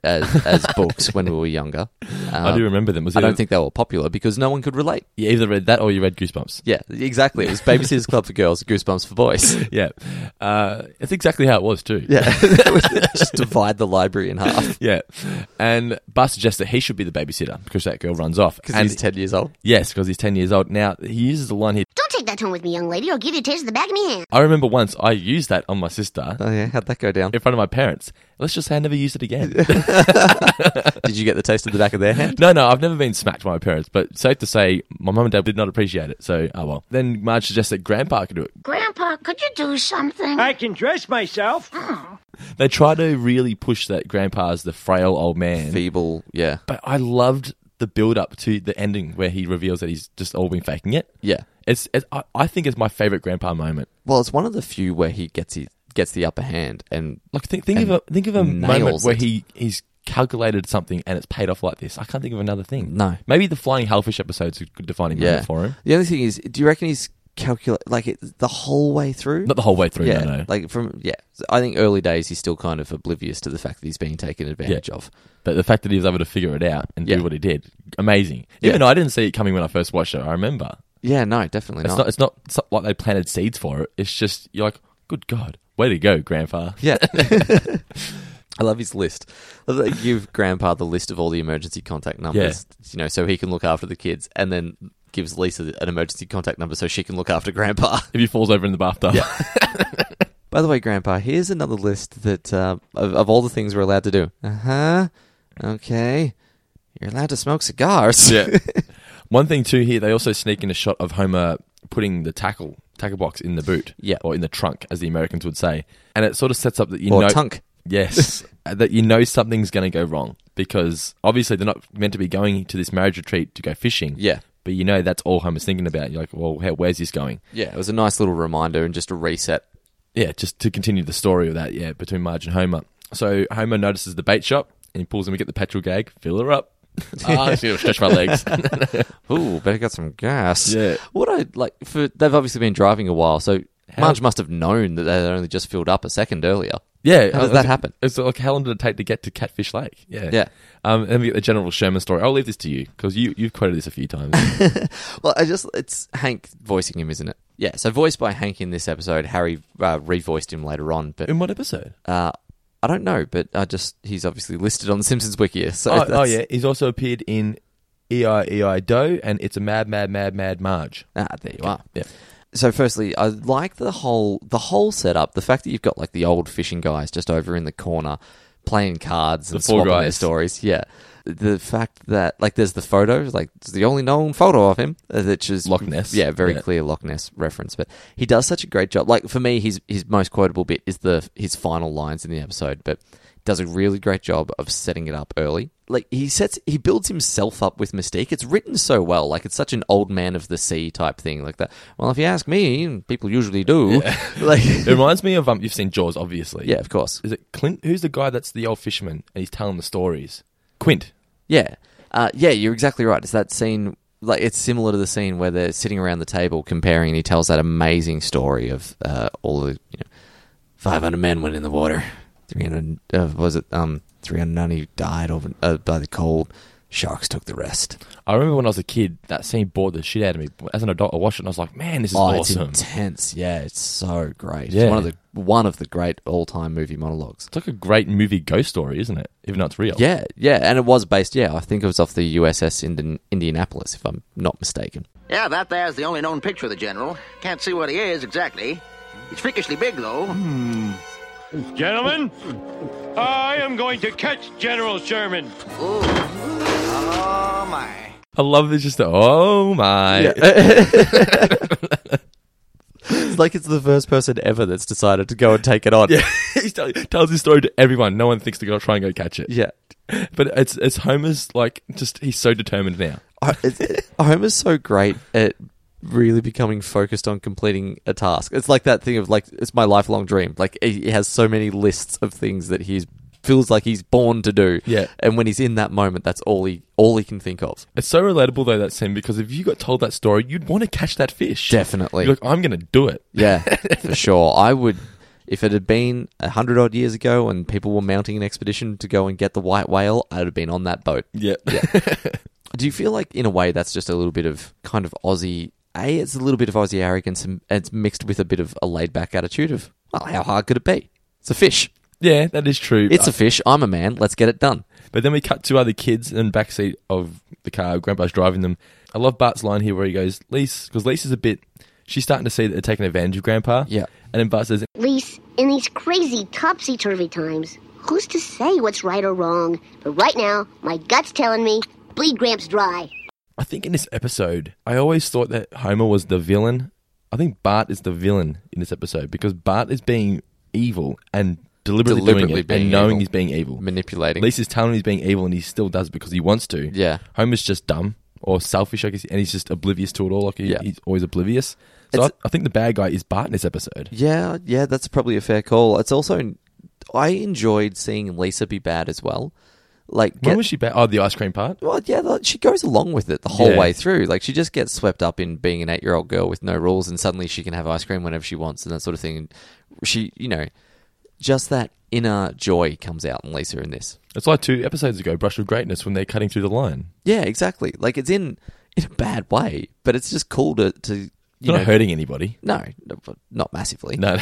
as as books when we were younger. Um, I do remember them. Was I it- don't think they were popular because no one could relate. You either read that or you read Goosebumps. Yeah, exactly. It was Babysitter's Club for girls, Goosebumps for boys. Yeah, uh, that's exactly how it was too. Yeah, just divide the library in half yeah. And Bart suggests that he should be the babysitter because that girl runs off. because And- he's ten years old. Yes, because he's 10 years old. Now, he uses the line here. Don't take that home with me, young lady. I'll give you a taste of the back of me hand. I remember once I used that on my sister Oh yeah, how'd that go down? in front of my parents. Let's just say I never used it again. Did you get the taste of the back of their hand? no, no, I've never been smacked by my parents, but safe to say, my mum and dad did not appreciate it. So, oh well. Then Marge suggests that Grandpa could do it. Grandpa, could you do something? I can dress myself. They try to really push that Grandpa's the frail old man. Feeble, yeah, But I loved the build up to the ending where he reveals that he's just all been faking it. yeah. It's, it's I, I think it's my favorite Grandpa moment. Well, it's one of the few where he gets he gets the upper hand, and Like think think And of a think of a moment nails where it. he he's calculated something and it's paid off like this. I can't think of another thing. No. maybe the flying hellfish episode's a good defining yeah. moment for him. The only thing is, do you reckon he's calculate like it, the whole way through? Not the whole way through. yeah, no, no. like from yeah. So I think early days he's still kind of oblivious to the fact that he's being taken advantage of. but the fact that he was able to figure it out and Yeah. do what he did, amazing. Yeah. Even though I didn't see it coming when I first watched it. I remember Yeah, no, definitely it's not. not it's not so- like they planted seeds for it. It's just you're like, good god, way to go, grandpa. Yeah. I love his list. I love that you give Grandpa the list of all the emergency contact numbers, you know, so he can look after the kids, and then gives Lisa an emergency contact number so she can look after Grandpa. If he falls over in the bathtub, By the way, Grandpa, here's another list that uh, of, of all the things we're allowed to do. Uh huh. Okay. You're allowed to smoke cigars. Yeah. One thing too here, they also sneak in a shot of Homer putting the tackle tackle box in the boot, Yeah. or in the trunk, as the Americans would say, and it sort of sets up that you or know, tunk. yes, that you know something's going to go wrong because obviously they're not meant to be going to this marriage retreat to go fishing, Yeah. but you know that's all Homer's thinking about. You're like, well, how, where's this going? Yeah, it was a nice little reminder and just a reset. Yeah, just to continue the story of that, yeah, between Marge and Homer. So Homer notices the bait shop and he pulls him to get the petrol gag, fill her up. ah, I feel stretch my legs. Ooh, better get some gas. Yeah. What I like for they've obviously been driving a while, so Marge must have known that they had only just filled up a second earlier. Yeah, How I does was- that happen? It's like how long did it take to get to Catfish Lake? Yeah, Yeah. Um, and then we get the General Sherman story. I'll leave this to you because you you've quoted this a few times. Well, I just it's Hank voicing him, isn't it? Yeah. So voiced by Hank in this episode. Harry uh, revoiced him later on, but In what episode? uh, I don't know. But I just he's obviously listed on the Simpsons Wiki. So Oh, oh that's- yeah, he's also appeared in E I E I Doe, and it's a Mad Mad Mad Mad Marge. Ah, there you are. Yeah. So, firstly, I like the whole the whole setup. The fact that you've got like the old fishing guys just over in the corner playing cards and The four swapping their guys. stories. Yeah. The fact that like there's the photos, like it's the only known photo of him, uh, which is Loch Ness. Yeah, very Yeah. clear Loch Ness reference. But he does such a great job. Like for me, his his most quotable bit is the his final lines in the episode, but does a really great job of setting it up early. Like he sets he builds himself up with Mystique. It's written so well. Like it's such an old man of the sea type thing. Like that. Well, if you ask me, and people usually do. Like It reminds me of um, you've seen Jaws, obviously. yeah, of course. Is it Clint? Who's the guy that's the old fisherman and he's telling the stories? Quint. Yeah, uh, yeah, you're exactly right. It's that scene. Like it's similar to the scene where they're sitting around the table comparing, and he tells that amazing story of uh, all the you know, 500 men went in the water, 300 uh, was it um 390 died over uh, by the cold. Sharks took the rest. I remember when I was a kid, that scene bored the shit out of me. But As an adult, I watched it and I was like, man, this is Oh, it's awesome. intense. Yeah, it's so great. Yeah. It's one of the one of the great all time movie monologues. It's like a great movie ghost story, isn't it? Even though it's real. Yeah, yeah, and it was based. Yeah, I think it was off the USS Indian, Indianapolis, if I'm not mistaken. Yeah, that there's the only known picture of the general. Can't see what he is exactly. He's freakishly big, though. Gentlemen, I am going to catch General Sherman. Oh, my. I love this. Just the, oh my. It's like it's the first person ever that's decided to go and take it on. Yeah, he tell, tells his story to everyone. No one thinks to go try and go catch it. Yeah. but it's it's Homer's like just he's so determined now. I- it's- Homer's so great at really becoming focused on completing a task. It's like that thing of like it's my lifelong dream. Like he he has so many lists of things that he's feels like he's born to do. Yeah. And when he's in that moment, that's all he all he can think of. It's so relatable though that scene because if you got told that story, you'd want to catch that fish. Definitely. You're like I'm gonna do it. Yeah, for sure. I would If it had been a hundred odd years ago and people were mounting an expedition to go and get the white whale, I'd have been on that boat. Yeah. Do you feel like, in a way, that's just a little bit of kind of Aussie? A, it's a little bit of Aussie arrogance, and it's mixed with a bit of a laid back attitude of, well, how hard could it be? It's a fish. Yeah, that is true. It's a fish. I'm a man. Let's get it done. But then we cut to other kids in backseat of the car. Grandpa's driving them. I love Bart's line here where he goes, Lise, because Lise is a bit. She's starting to see that they're taking advantage of Grandpa. Yeah. And then Bart says, Lise, in these crazy topsy turvy times, who's to say what's right or wrong? But right now, my gut's telling me bleed Gramps dry. I think in this episode, I always thought that Homer was the villain. I think Bart is the villain in this episode because Bart is being evil and deliberately, doing Deliberately it being and knowing evil. he's being evil. Manipulating. Lisa's telling him he's being evil and he still does it because he wants to. Yeah. Homer's just dumb or selfish, I guess, and he's just oblivious to it all. Like he, Yeah. he's always oblivious. So I, It's- I think the bad guy is Bart in this episode. Yeah, yeah, that's probably a fair call. It's also I enjoyed seeing Lisa be bad as well. Like, When get- was she bad? Oh, the ice cream part. well, yeah, like, she goes along with it the whole Yeah. way through. Like, she just gets swept up in being an eight-year-old girl with no rules, and suddenly she can have ice cream whenever she wants and that sort of thing. And she, you know, just that inner joy comes out in Lisa in this. It's like two episodes ago, Brush with Greatness, when they're cutting through the line. Yeah, exactly. Like, it's in in a bad way, but it's just cool to to you They're know not hurting anybody. No, no, but not massively. No.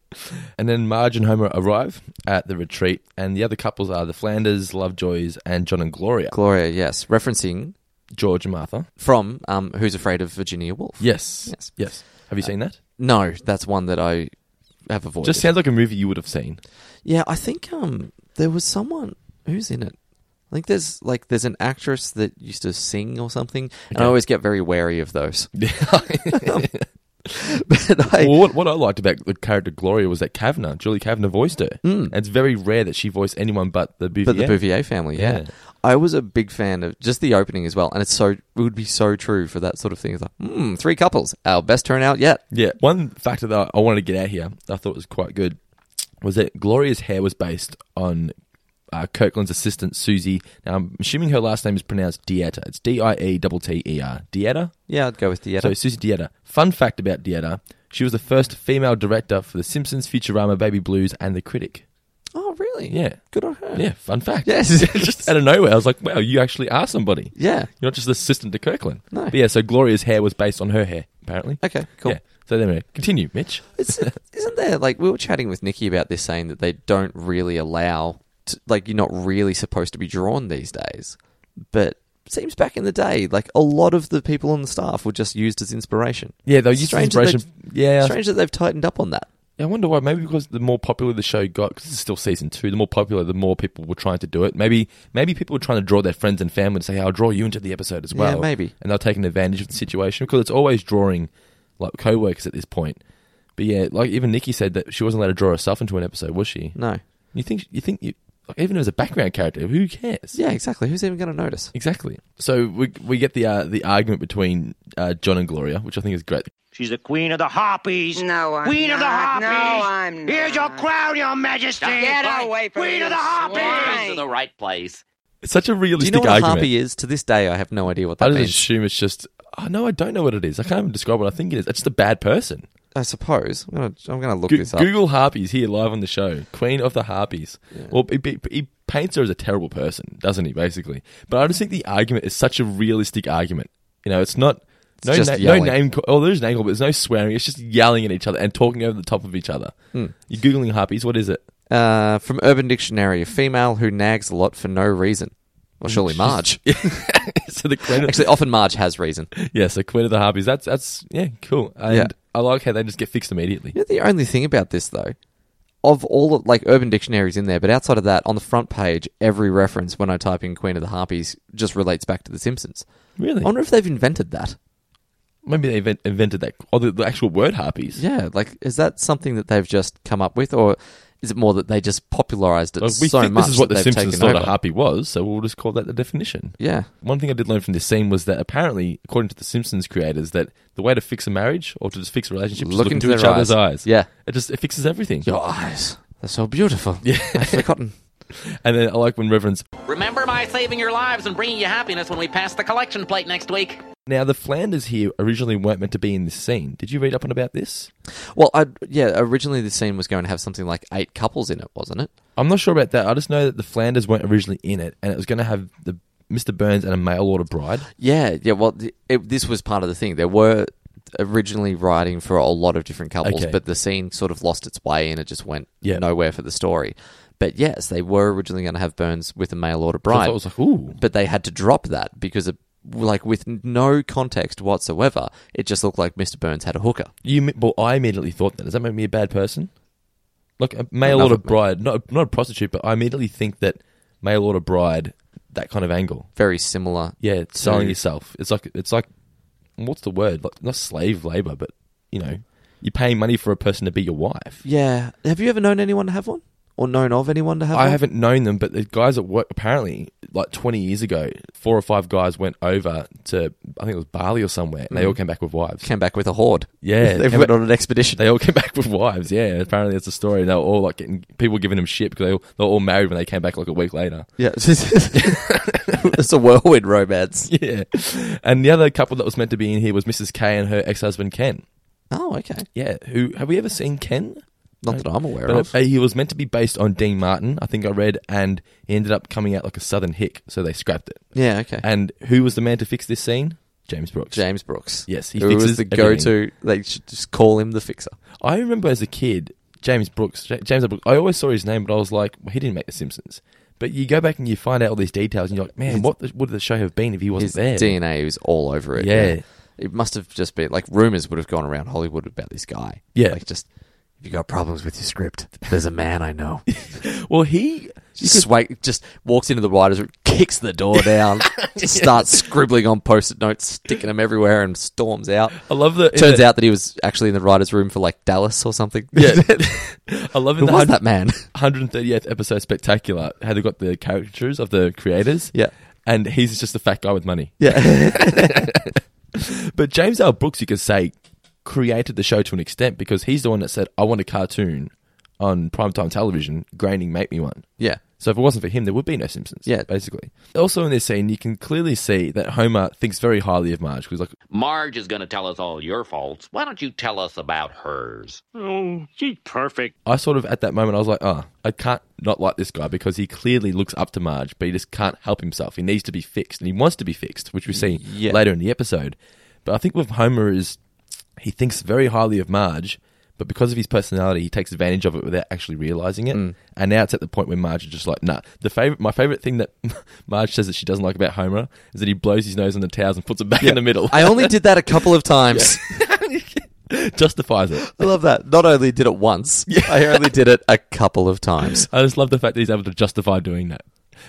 and then Marge and Homer arrive at the retreat, and the other couples are the Flanders, Lovejoys, and John and Gloria. Gloria, yes, referencing George and Martha. from um, Who's Afraid of Virginia Woolf. Yes. Yes. Uh, Yes. Have you seen that? No, that's one that I have avoided. Just sounds like a movie you would have seen. yeah, I think um there was someone who's in it. I think there's like there's an actress that used to sing or something, and I always get very wary of those. but I, Well, what, what I liked about the character Gloria was that Kavner, Julie Kavner, voiced her. Mm. And it's very rare that she voiced anyone but the Bouvier. Hmm. but the Bouvier family, yeah. Yeah. I was a big fan of just the opening as well, and it's so it would be so true for that sort of thing. It's like, hmm, three couples, our best turnout yet. Yeah. One factor that I wanted to get out here, that I thought was quite good, was that Gloria's hair was based on uh, Kirkland's assistant, Susie. Now, I'm assuming her last name is pronounced Dieta. It's D I E T T E R. Dieta? Yeah, I'd go with the So, Susie Dieta. Fun fact about Dieta she was the first female director for The Simpsons, Futurama, Baby Blues, and The Critic. Oh, really? Yeah. good on her. Yeah, fun fact. Yes. just out of nowhere, I was like, wow, you actually are somebody. yeah. You're not just the assistant to Kirkland. No. But yeah, so Gloria's hair was based on her hair, apparently. Okay, cool. Yeah. So then we continue, Mitch. It's, isn't there like we were chatting with Nikki about this, saying that they don't really allow, t like you're not really supposed to be drawn these days. But it seems back in the day, like a lot of the people on the staff were just used as inspiration. Yeah, they were used as Strange that inspiration. they've- Yeah. strange that they've tightened up on that. Yeah, I wonder why. Maybe because the more popular the show got, because it's still season two, the more popular, the more people were trying to do it. Maybe maybe people were trying to draw their friends and family to say, I'll draw you into the episode as Yeah, well. maybe. And they're taking advantage of the situation because it's always drawing like co workers at this point. But yeah, like even Nikki said that she wasn't allowed to draw herself into an episode, was she? No, You think you think you like even as a background character, who cares? yeah, exactly. Who's even going to notice? exactly. So we we get the uh, the argument between uh, John and Gloria, which I think is great. She's the queen of the harpies. No, I'm Queen of the not. harpies. No, I'm Here's your not. crown, your majesty. Get away from Queen me, of the you harpies. swine. This is the right place. It's such a Do you realistic know what a argument. harpy is? To this day, I have no idea what I that just means. assume it's just. Oh, no, I don't know what it is. I can't even describe what I think it is. It's just a bad person. I suppose I'm going to I'm going to look Go- this up. Google harpies here live on the show. Queen of the harpies. Well, he, he, he paints her as a terrible person, doesn't he? Basically, but I just think the argument is such a realistic argument. You know, it's not. No, just na- no yelling. name. Call- oh, there's name call, but there's no swearing. It's just yelling at each other and talking over the top of each other. Hmm. You're googling harpies. What is it? Uh, from Urban Dictionary, a female who nags a lot for no reason. Well, Mm. surely Marge. so the queen. Of- Actually, often Marge has reason. yeah, so queen of the harpies. That's that's yeah, cool. And Yeah. I like how they just get fixed immediately. You know, the only thing about this though, of all of, like Urban Dictionary's in there, but outside of that, on the front page, every reference when I type in Queen of the Harpies just relates back to The Simpsons. Really? I wonder if they've invented that. Maybe they invent- invented that, or the, the actual word harpies. Yeah, like is that something that they've just come up with, or is it more that they just popularized it Like, we so think much this is what that the they've Simpsons taken thought a over? harpy was, so we'll just call that the definition. Yeah. One thing I did learn from this scene was that apparently, according to the Simpsons creators, that the way to fix a marriage or to just fix a relationship is Look look into into each their other's eyes. eyes. Yeah. it just it fixes everything. Your eyes, they're so beautiful. Yeah, I've forgotten. And then I like when Reverend's Remember my saving your lives and bringing you happiness when we pass the collection plate next week. Now, the Flanders here originally weren't meant to be in this scene. Did you read up on about this? Well, I, yeah, originally this scene was going to have something like eight couples in it, wasn't it? I'm not sure about that. I just know that the Flanders weren't originally in it, and it was going to have the Mr. Burns and a mail order bride. Yeah, yeah. Well, th- it, this was part of the thing. There were originally writing for a lot of different couples, Okay. but the scene sort of lost its way and it just went Yeah. nowhere for the story. But yes, they were originally going to have Burns with a mail order I bride. thought it was like, ooh. But they had to drop that because, it, like, with no context whatsoever, it just looked like Mr. Burns had a hooker. You, mi- well, I immediately thought that. Does that make me a bad person? Like a mail Enough order of me. bride, not not a prostitute, but I immediately think that mail order bride, that kind of angle. Very similar. Yeah, it's selling to- yourself. It's like it's like what's the word? Like not slave labor, but you know, you're paying money for a person to be your wife. Yeah. Have you ever known anyone to have one? Or known of anyone to have one? I haven't known them, but the guys at work apparently, like twenty years ago, four or five guys went over to I think it was Bali or somewhere, and they Mhm. all came back with wives. Came back with a horde. Yeah, they and went we- on an expedition. They all came back with wives. Yeah, apparently that's the story. They were all like getting people were giving them shit because they, all, they were all married when they came back like a week later. Yeah, it's a whirlwind romance. Yeah, and the other couple that was meant to be in here was Mrs. K and her ex-husband Ken. Oh, okay. Yeah, who have we ever seen Ken? Not that I'm aware But of. uh, he was meant to be based on Dean Martin, I think I read, and he ended up coming out like a Southern hick, so they scrapped it. Yeah, okay. And who was the man to fix this scene? James Brooks. James Brooks. Yes, he who fixes was the go-to. They should just call him the fixer. I remember as a kid, James Brooks, J- James Brooks. I always saw his name, but I was like, well, he didn't make The Simpsons. But you go back and you find out all these details, and you're like, man, what the, would the show have been if he wasn't His there? DNA was all over it. Yeah. It must have just been like rumors would have gone around Hollywood about this guy. Yeah. Like just if you got problems with your script, there's a man I know. Well, he Just, swag, just walks into the writers' room, kicks the door down, starts scribbling on post-it notes, sticking them everywhere, and storms out. I love that- Turns that- out that he was actually in the writers' room for like Dallas or something. Yeah. I love in Who the 100 was that man? 138th episode spectacular how they got the caricatures of the creators. Yeah. And he's just a fat guy with money. Yeah. but James L. Brooks, you could say, created the show to an extent because he's the one that said, I want a cartoon on primetime television, graining make me one. yeah. So if it wasn't for him, there would be no Simpsons. Yeah. Basically. Also in this scene, you can clearly see that Homer thinks very highly of Marge because, like, Marge is going to tell us all your faults. Why don't you tell us about hers? Oh, she's perfect. I sort of at that moment I was like, oh, I can't not like this guy because he clearly looks up to Marge, but he just can't help himself. He needs to be fixed, and he wants to be fixed, which we see Yeah. later in the episode. But I think with Homer is he thinks very highly of Marge, but because of his personality, he takes advantage of it without actually realizing it. Mm. And now it's at the point where Marge is just like, nah. The favorite, my favorite thing that Marge says that she doesn't like about Homer is that he blows his nose on the towels and puts it back in the middle. I only did that a couple of times. justifies it. I love that. Not only did it once, I only did it a couple of times. I just love the fact that he's able to justify doing that.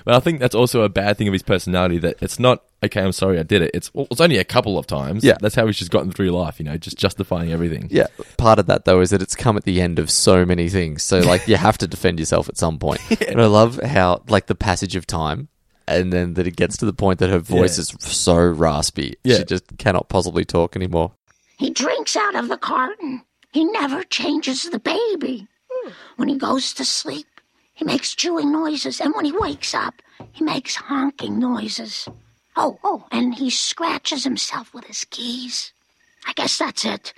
But I think that's also a bad thing of his personality that it's not okay. I'm sorry, I did it. It's well, it's only a couple of times. Yeah. that's how he's just gotten through life. You know, just justifying everything. Yeah. Part of that though is that it's come at the end of so many things. So like you have to defend yourself at some point. And I love how like the passage of time and then that it gets to the point that her voice Yeah. is so raspy. Yeah. She just cannot possibly talk anymore. He drinks out of the carton. He never changes the baby. When he goes to sleep, he makes chewing noises, and when he wakes up, he makes honking noises. Oh, oh, and he scratches himself with his keys. I guess that's it.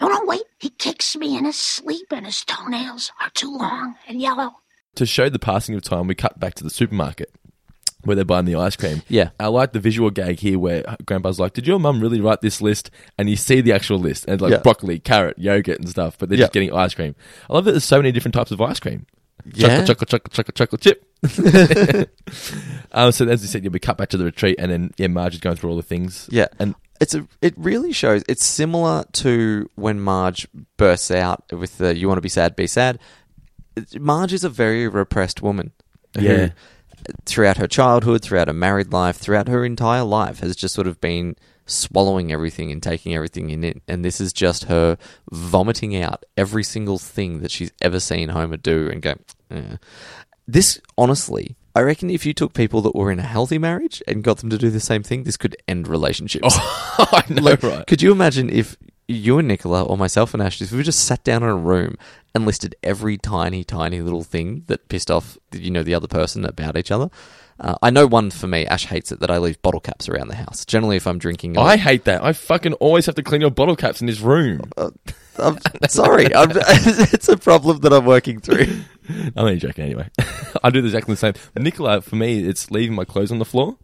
No, no, wait. He kicks me in his sleep, and his toenails are too long and yellow. To show the passing of time, we cut back to the supermarket where they're buying the ice cream. Yeah. I like the visual gag here where Grandpa's like, "Did your mum really write this list?" And you see the actual list and like Yeah. broccoli, carrot, yogurt, and stuff. But they're just Yeah. getting ice cream. I love that there's so many different types of ice cream. Yeah. Chocolate, chocolate, chocolate, chocolate, chocolate chip. Um, so as you said, you'll be cut back to the retreat, and then yeah, Marge is going through all the things. Yeah, and and it's a it really shows. It's similar to when Marge bursts out with the "You want to be sad, be sad." Marge is a very repressed woman. who, Yeah. throughout her childhood, throughout her married life, throughout her entire life, has just sort of been swallowing everything and taking everything in it. And this is just her vomiting out every single thing that she's ever seen Homer do and go. "Eh." This honestly. I reckon if you took people that were in a healthy marriage and got them to do the same thing, this could end relationships. I know, Like, right? Could you imagine if you and Nicola, or myself and Ash, if we just sat down in a room and listed every tiny, tiny little thing that pissed off, you know, the other person about each other, Uh, I know one for me. Ash hates it that I leave bottle caps around the house. Generally, if I'm drinking, I hate that. I fucking always have to clean your bottle caps in this room. Uh, "Oh, I'm sorry. I'm, it's a problem that I'm working through. I'm only joking anyway. I do exactly the same. Nicola, for me, it's leaving my clothes on the floor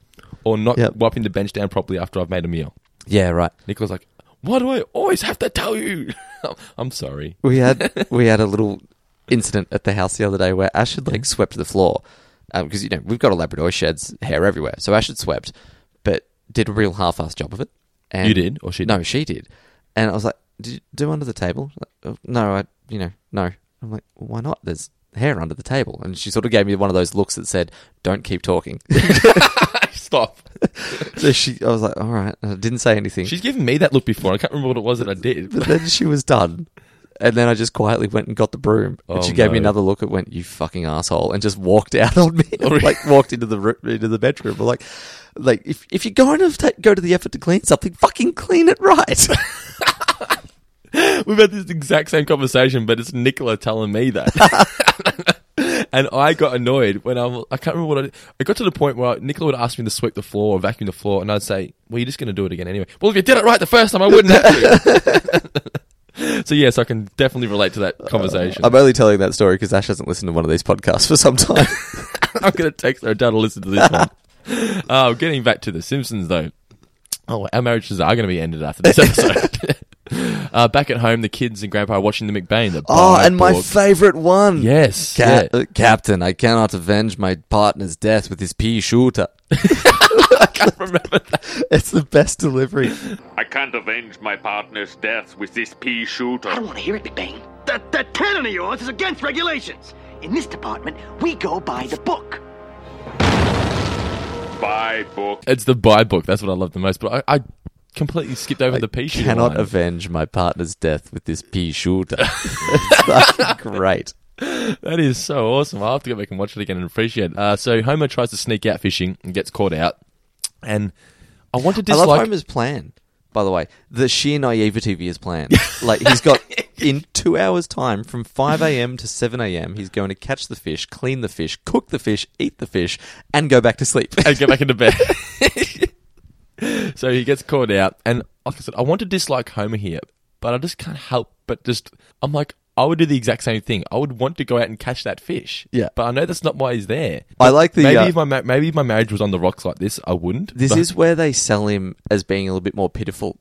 or not wiping the bench down properly after I've made a meal. Yeah, right. Nicola's like, why do I always have to tell you? I'm sorry. We had we had a little incident at the house the other day where Ash had like swept the floor because you know we've got a Labrador sheds hair everywhere, so Ash had swept, but did a real half-assed job of it. And You did, or she? No, she did. And I was like, "Did you do under the table?" She's Like, "Oh, no, I you know no. I'm like, well, "Why not?" There's hair under the table, and she sort of gave me one of those looks that said, "Don't keep talking." Stop. so she, I was like, "All right," and I didn't say anything. She's given me that look before. I can't remember what it was that I did. But then she was done. And then I just quietly went and got the broom. Oh, and she gave me no. another look and went, "You fucking asshole!" and just walked out on me. like walked into the ro- into the bedroom. But like, like if if you're going to ta- go to the effort to clean something, fucking clean it right. We've had this exact same conversation, but it's Nicola telling me that. and I got annoyed when I'm, I can't remember what I did. I got to the point where Nicola would ask me to sweep the floor or vacuum the floor, and I'd say, Well, you're just going to do it again anyway. Well, if you did it right the first time, I wouldn't have to. so, yes, I can definitely relate to that conversation. I'm only telling that story because Ash hasn't listened to one of these podcasts for some time. I'm going to text her down to listen to this one. Oh, getting back to The Simpsons, though. Oh, our marriages are going to be ended after this episode. uh, back at home, the kids and grandpa are watching the McBain. The oh, and my Borg. favorite one. Yes, Ca- yeah. uh, Captain. I cannot avenge my partner's death with his pea shooter. It's the best delivery. I can't avenge my partner's death with this pea shooter. I don't want to hear it, McBain. That, that cannon of yours is against regulations. In this department, we go by the book. Buy book. It's the buy book. That's what I love the most. But I, I completely skipped over the pea shooter. cannot line. avenge my partner's death with this pea shooter. It's fucking great. That is so awesome. I'll have to go back and watch it again and appreciate. it. Uh, so Homer tries to sneak out fishing and gets caught out. And I want to I dislike. love Homer's plan. By the way, the sheer naivety of his plan. Like he's got in two hours' time, from five a.m. to seven a.m., he's going to catch the fish, clean the fish, cook the fish, eat the fish, and go back to sleep. and get back into bed. so he gets caught out, and like I said, I want to dislike Homer here, but I just can't help but just. I'm like, I would do the exact same thing. I would want to go out and catch that fish. Yeah. but I know that's not why he's there. I like the, maybe uh, if my ma- maybe if my marriage was on the rocks like this, I wouldn't. This but- is where they sell him as being a little bit more pitiful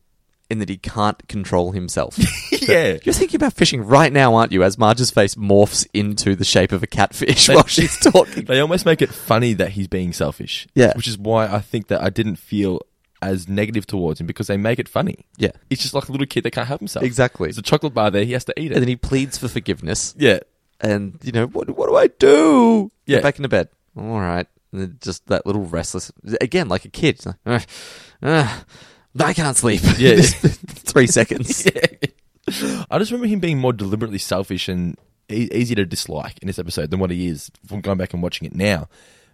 in that he can't control himself. yeah. You're thinking about fishing right now, aren't you? As Marge's face morphs into the shape of a catfish while she's talking. They almost make it funny that he's being selfish. Yeah. Which is why I think that I didn't feel as negative towards him because they make it funny. Yeah. It's just like a little kid that can't help himself. Exactly. There's a chocolate bar there, he has to eat it. And then he pleads for forgiveness. yeah. And, you know, what, what do I do? Yeah. Get back into bed. All right. And then just that little restless, again, like a kid. It's like, "Ugh, ugh, I can't sleep. Yeah. Just Three seconds. I just remember him being more deliberately selfish and e- easy to dislike in this episode than what he is from going back and watching it now.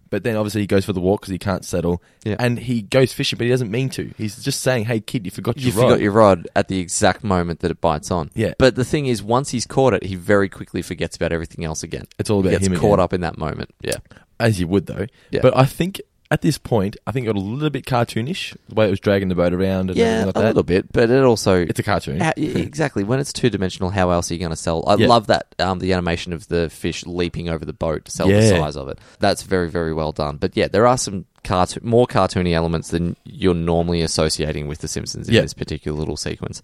But then obviously he goes for the walk because he can't settle. Yeah. And he goes fishing, but he doesn't mean to. He's just saying, hey, kid, you forgot your you rod. forgot your rod at the exact moment that it bites on. Yeah. But the thing is, once he's caught it, he very quickly forgets about everything else again. It's all about he gets him caught again. up in that moment. Yeah. as you would though. Yeah. But I think at this point, I think it got a little bit cartoonish the way it was dragging the boat around and Yeah, everything like a that. little bit, but it also It's a cartoon. How- yeah, exactly. When it's two dimensional, how else are you going to sell? I Yeah. love that um, the animation of the fish leaping over the boat to sell the Yeah. size of it. That's very very well done. But yeah, there are some cartoon more cartoony elements than you're normally associating with The Simpsons in Yeah. this particular little sequence.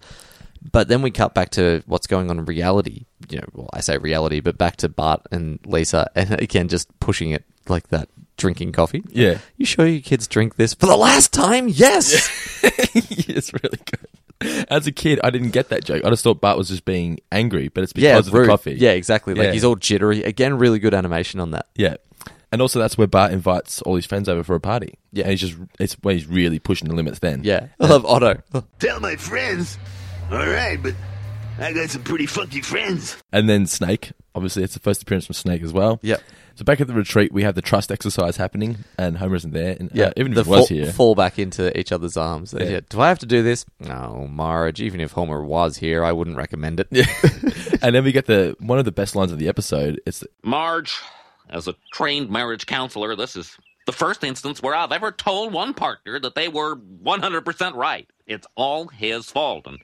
But then we cut back to what's going on in reality. You know, well, I say reality, but back to Bart and Lisa, and again, just pushing it like that, drinking coffee. Yeah. You sure your kids drink this for the last time? Yes. it's really good. As a kid, I didn't get that joke. I just thought Bart was just being angry, but it's because of the rude. coffee. Yeah, exactly. Like Yeah. he's all jittery. Again, really good animation on that. Yeah. And also, that's where Bart invites all his friends over for a party. Yeah. And he's just, it's when he's really pushing the limits then. Yeah, I love Otto. Tell my friends. All right, but I got some pretty funky friends. And then Snake. Obviously, it's the first appearance from Snake as well. Yeah. So back at the retreat, we have the trust exercise happening, and Homer isn't there. And, uh, even if the he was fall, here, fall back into each other's arms. Yeah. Yeah, Do I have to do this? No, Marge. Even if Homer was here, I wouldn't recommend it. and then we get the one of the best lines of the episode. It's Marge, as a trained marriage counselor, this is The first instance where I've ever told one partner that they were 100% right. It's all his fault. And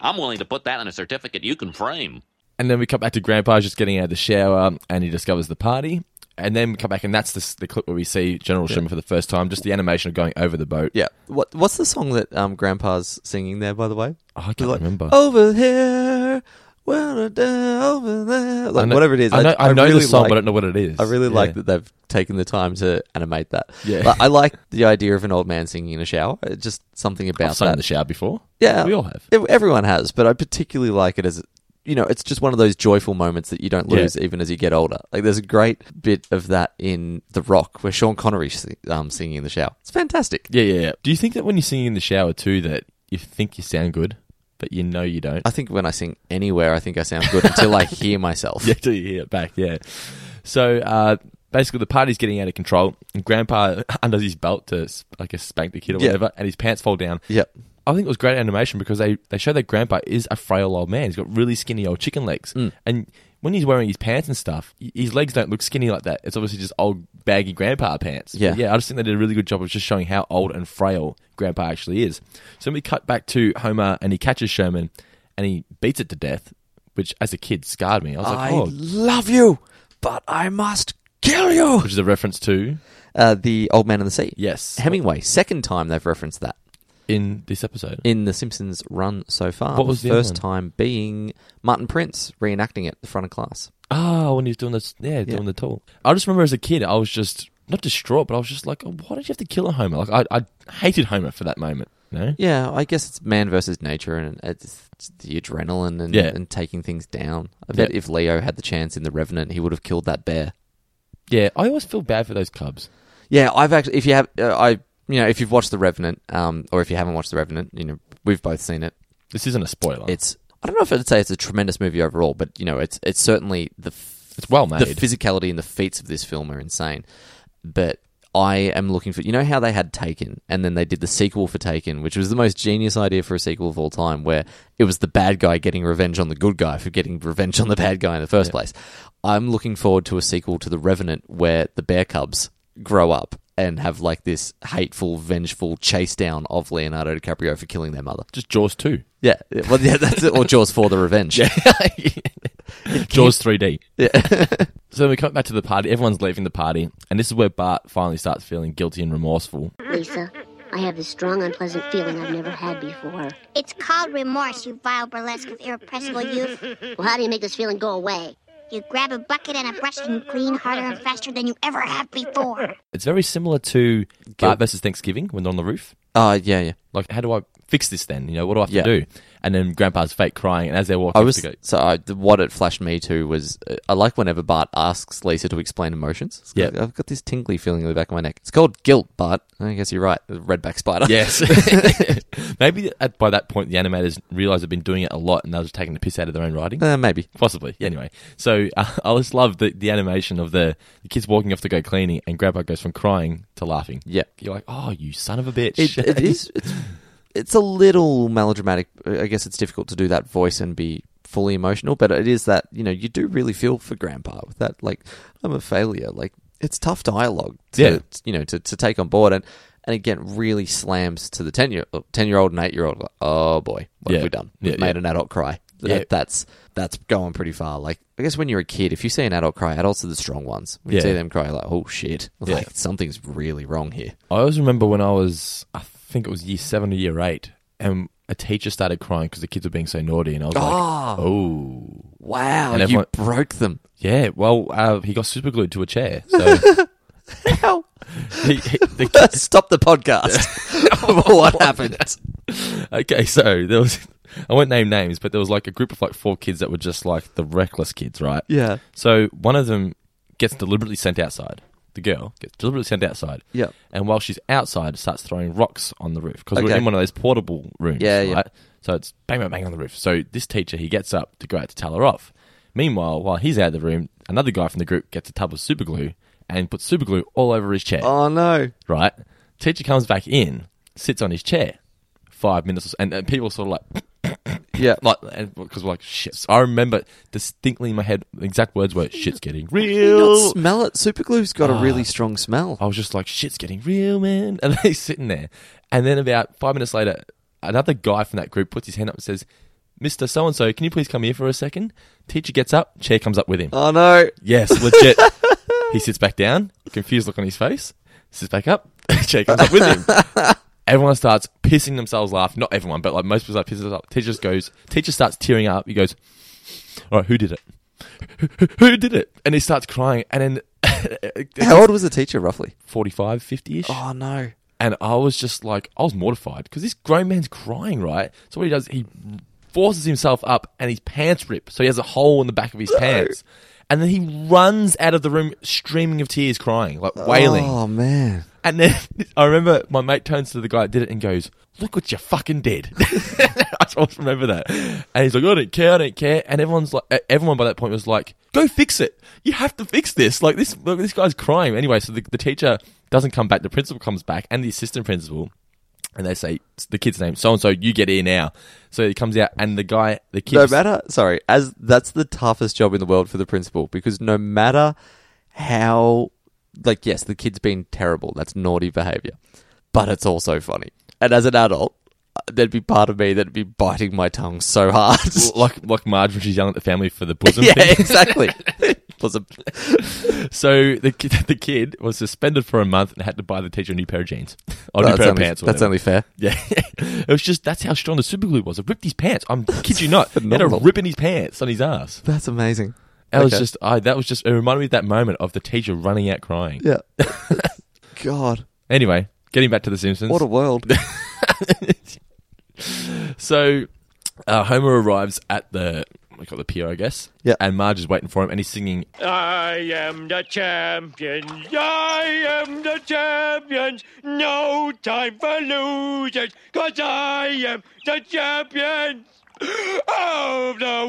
I'm willing to put that in a certificate you can frame. And then we come back to Grandpa just getting out of the shower and he discovers the party. And then we come back and that's the, the clip where we see General Sherman for the first time, just the animation of going over the boat. Yeah. What What's the song that um, Grandpa's singing there, by the way? Oh, I can't remember. Over here, well, uh, over there, like know- whatever it is. I know- I know the song, like- but I don't know what it is. I really Yeah. like that they've taken the time to animate that. Yeah. But I like the idea of an old man singing in a shower. It's just something about sung that. Oh. in the shower before. Yeah, We all have. Ev- everyone has, but I particularly like it as you know, it's just one of those joyful moments that you don't Yeah. lose even as you get older. Like there's a great bit of that in The Rock where Sean Connery sing, um, singing in the shower. It's fantastic. Yeah, yeah, yeah. Do you think that when you sing in the shower too, that you think you sound good, but you know you don't? I think when I sing anywhere, I think I sound good until I hear myself. Yeah, till you hear it back. Yeah. So uh, basically, the party's getting out of control. And Grandpa undoes his belt to, s- I guess, spank the kid or Yeah. whatever, and his pants fall down. Yep. I think it was great animation because they, they show that Grandpa is a frail old man. He's got really skinny old chicken legs, Mm. and when he's wearing his pants and stuff, y- his legs don't look skinny like that. It's obviously just old baggy Grandpa pants. But Yeah. yeah. I just think they did a really good job of just showing how old and frail Grandpa actually is. So then we cut back to Homer, and he catches Sherman, and he beats it to death. Which, as a kid, scarred me. I was like, I "Oh, love you, but I must kill you. which is a reference to Uh, the Old Man and the Sea. Yes. Hemingway. Second time they've referenced that in this episode. in The Simpsons run so far. What was the other first one? time being Martin Prince reenacting it in front of class? Oh, when he was doing this, yeah, doing the tool. I just remember as a kid, I was just not distraught, but I was just like, oh, why did you have to kill a Homer? Like I, I hated Homer for that moment. You know? Yeah, I guess it's man versus nature, and it's it's the adrenaline and, Yeah. and taking things down. I bet Yeah. if Leo had the chance in The Revenant, he would have killed that bear. Yeah, I always feel bad for those Cubs. Yeah, I've actually. If you have, uh, I you know, if you've watched The Revenant, um, or if you haven't watched The Revenant, you know, we've both seen it. This isn't a spoiler. It's I don't know if I'd say it's a tremendous movie overall, but you know, it's it's certainly the f- It's well The made. physicality and the feats of this film are insane. But I am looking for you know how they had Taken and then they did the sequel for Taken, which was the most genius idea for a sequel of all time, where it was the bad guy getting revenge on the good guy for getting revenge on the bad guy in the first place. I'm looking forward to a sequel to The Revenant where the bear cubs grow up and have like this hateful, vengeful chase down of Leonardo DiCaprio for killing their mother. just Jaws two, Yeah, well, yeah, that's it. Or Jaws for the Revenge. Yeah, Jaws three D. Yeah. so we come back to the party. Everyone's leaving the party, and this is where Bart finally starts feeling guilty and remorseful. Lisa, I have this strong, unpleasant feeling I've never had before. It's called remorse, you vile burlesque of irrepressible youth. Well, how do you make this feeling go away? You grab a bucket and a brush and you clean harder and faster than you ever have before. It's very similar to Bart versus Thanksgiving when they're on the roof. Uh, yeah, yeah. Like, how do I fix this then? You know, what do I have Yeah. to do? And then Grandpa's fake crying, and as they're walking, I up was to go, so I, the- what it flashed me to was uh, I like whenever Bart asks Lisa to explain emotions. It's Yeah. got- I've got this tingly feeling in the back of my neck. It's called guilt, Bart. I guess you're right. the Redback spider. Yes. Maybe at, by that point, the animators realised they've been doing it a lot and they were just taking the piss out of their own writing. uh, maybe. Possibly. Anyway, so uh, I just love the, the animation of the, the kids walking off to go cleaning and Grandpa goes from crying to laughing. Yeah. You're like, oh, you son of a bitch. It, it is. It's, it's a little melodramatic. I guess it's difficult to do that voice and be fully emotional, but it is that you know you do really feel for Grandpa with that. Like I'm a failure. Like it's tough dialogue. To, Yeah. You know to, to take on board and and again really slams to the ten year ten year old and eight year old. Like, oh boy, what Yeah. have we done? We've Yeah, made yeah. an adult cry. That- Yeah. That's that's going pretty far. Like I guess when you're a kid, if you see an adult cry, adults are the strong ones. When you Yeah. see them cry, like oh shit, Yeah. like something's really wrong here. I always remember when I was, I think it was year seven or year eight, and a teacher started crying because the kids were being so naughty. And I was like, oh. Wow, And you everyone- broke them. Yeah, well, uh, he got superglued to a chair. So How? he, he- the, Stop the podcast. what happened? Okay, so there was I won't name names, but there was like a group of like four kids that were just like the reckless kids, right? Yeah. So one of them gets deliberately sent outside. The girl gets deliberately sent outside. Yep. And while she's outside, starts throwing rocks on the roof because we're Okay. in one of those portable rooms. Yeah, yeah. right? So it's bang, bang, bang on the roof. So this teacher he gets up to go out to tell her off. Meanwhile, while he's out of the room, another guy from the group gets a tub of super glue and puts super glue all over his chair Oh no. right? Teacher comes back in, sits on his chair, five minutes, or so, and, and people sort of like, Yeah, like because like shit. I remember distinctly in my head the exact words were "shit's getting Can you not real." smell it. Super glue's got Ah. a really strong smell. I was just like, "Shit's getting real, man," and he's sitting there. And then about five minutes later, another guy from that group puts his hand up and says, "Mister So and So, can you please come here for a second? Teacher gets up, chair comes up with him. Oh no! Yes, legit. he sits back down, confused look on his face, sits back up, chair comes up with him. Everyone starts pissing themselves laughing. Not everyone, but like most people start pissing themselves up. Teacher just goes, teacher starts tearing up. He goes, All right, who did it? Who- who- Who did it? And he starts crying. And then. How old was the teacher roughly? 45, 50 ish. Oh no! And I was just like, I was mortified because this grown man's crying, right? So what he does, he forces himself up and his pants rip. So he has a hole in the back of his pants. And then he runs out of the room streaming of tears, crying, like wailing. Oh man! And then I remember my mate turns to the guy that did it and goes, Look what you fucking did. I just remember that. And he's like, I don't care, I don't care. And everyone's like, e, everyone by that point was like, Go fix it. You have to fix this. Like, this look, this guy's crying. Anyway, so the, the teacher doesn't come back. The principal comes back and the assistant principal. And they say, The kid's name, so and so, you get here now. So he comes out and the guy, the kid. No matter. Sorry, as that's the toughest job in the world for the principal because no matter how, like, yes, the kid's been terrible. That's naughty behavior, but it's also funny. And as an adult, uh, there'd be part of me that'd be biting my tongue so hard. Like, like Marge when she's yelling at the family for the bosom yeah, thing. exactly. Bosom. so the kid, the kid was suspended for a month and had to buy the teacher a new pair of jeans or a Well, new that's pair of only- pants. or that's whatever. only fair. Yeah, it was just that's how strong the super glue was. It ripped his pants. I'm kid you not. He had a phenomenal. rip in his pants on his ass. That's amazing. That was Okay. just I. That was just. It reminded me of that moment of the teacher running out crying. Yeah. God, Anyway, getting back to the Simpsons. what a world. So uh, Homer arrives at the we got the pier, I guess. Yeah. And Marge is waiting for him, and he's singing I am the champion. I am the champion. No time for losers. Cause I am the champion of the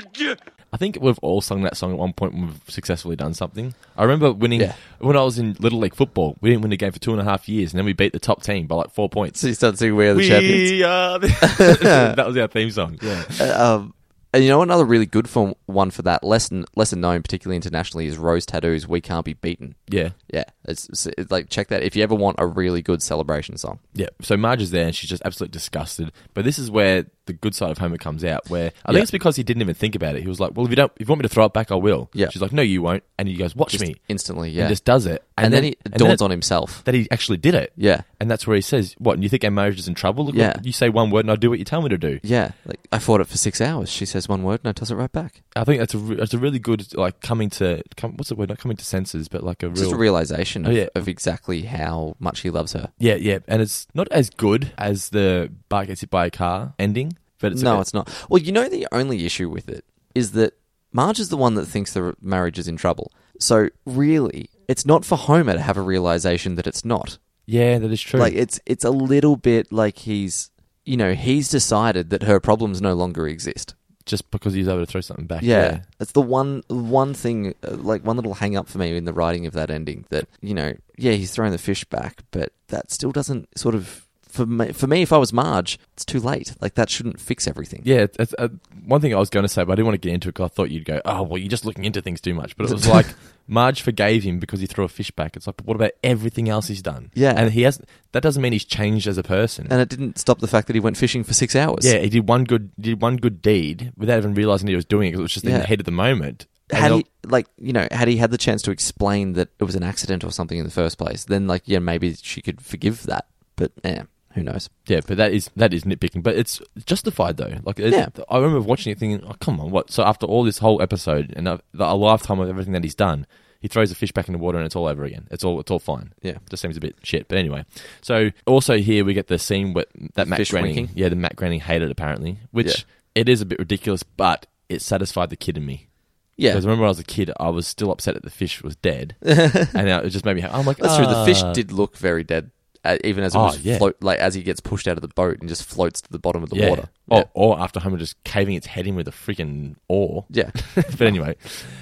world. I think we've all sung that song at one point when we've successfully done something. I remember winning when I was in Little League football. We didn't win a game for two and a half years, and then we beat the top team by like four points. so you start seeing we are the we champions. are the- that was our theme song. Yeah. Uh, um, and you know another really good form, one for that lesson lesser known particularly internationally is Rose Tattoos We Can't Be Beaten. Yeah. Yeah, it's, it's- it's like check that if you ever want a really good celebration song. Yeah. So Marge is there, and she's just absolutely disgusted. But this is where the good side of Homer comes out. Where I Yeah. think it's because he didn't even think about it. He was like, "Well, if you don't, if you want me to throw it back, I will." Yeah. She's like, "No, you won't." And he goes, "Watch Just me." instantly, And yeah. just does it, And then he- it dawns it- on himself. that he actually did it. Yeah. And that's where he says, "What? And you think our marriage is in trouble? Look, Yeah. look, you say one word, and I do what you tell me to do." Yeah, like I fought it for six hours. She says one word and I toss it right back. I think that's a re- that's a really good like coming to come, what's the word? Not coming to senses, but like a real Just a realization Oh, of, yeah. of exactly how much he loves her. Yeah, yeah, and it's not as good as the bar gets hit by a car ending, but it's no, it's not. Well, you know the only issue with it is that Marge is the one that thinks the marriage is in trouble. So really, it's not for Homer to have a realization that it's not. Yeah, that is true. Like it's it's a little bit like he's you know he's decided that her problems no longer exist. just because he's able to throw something back. Yeah, it's the one one thing uh, like one little hang up for me in the writing of that ending that you know yeah he's thrown the fish back, but that still doesn't sort of for me, for me if I was Marge, it's too late. Like that shouldn't fix everything. yeah. it's- it's, uh, one thing I was going to say, but I didn't want to get into it because I thought you'd go, "Oh, well, you're just looking into things too much." But it was like Marge forgave him because he threw a fish back. It's like, but what about everything else he's done? Yeah. and he has. That doesn't mean he's changed as a person. And it didn't stop the fact that he went fishing for six hours. Yeah, he did one good did one good deed without even realizing he was doing it 'cause it was just in Yeah. the head of the moment. And had they'll- he like you know had he had the chance to explain that it was an accident or something in the first place, then like yeah maybe she could forgive that. But yeah, who knows? yeah, but that is that is nitpicking, but it's justified though. Like, it, Yeah. I remember watching it thinking, "Oh, come on, what?" So after all this whole episode and a, the- a lifetime of everything that he's done, he throws the fish back in the water and it's all over again. It's all it's all fine. Yeah. just seems a bit shit. But anyway, so also here we get the scene where that Matt Fish Groening, winking. yeah, the Matt Groening hated apparently, which it is a bit ridiculous, but it satisfied the kid in me. Yeah. because remember when I was a kid, I was still upset that the fish was dead, and now it just made me. ha- I'm like, That's true. The fish "Ah." did look very dead, uh, even as it Oh, was yeah. float, like as he gets pushed out of the boat and just floats to the bottom of the Yeah. Oh. water. Or, or after Homer just caving its head in with a freaking oar. Yeah. but anyway,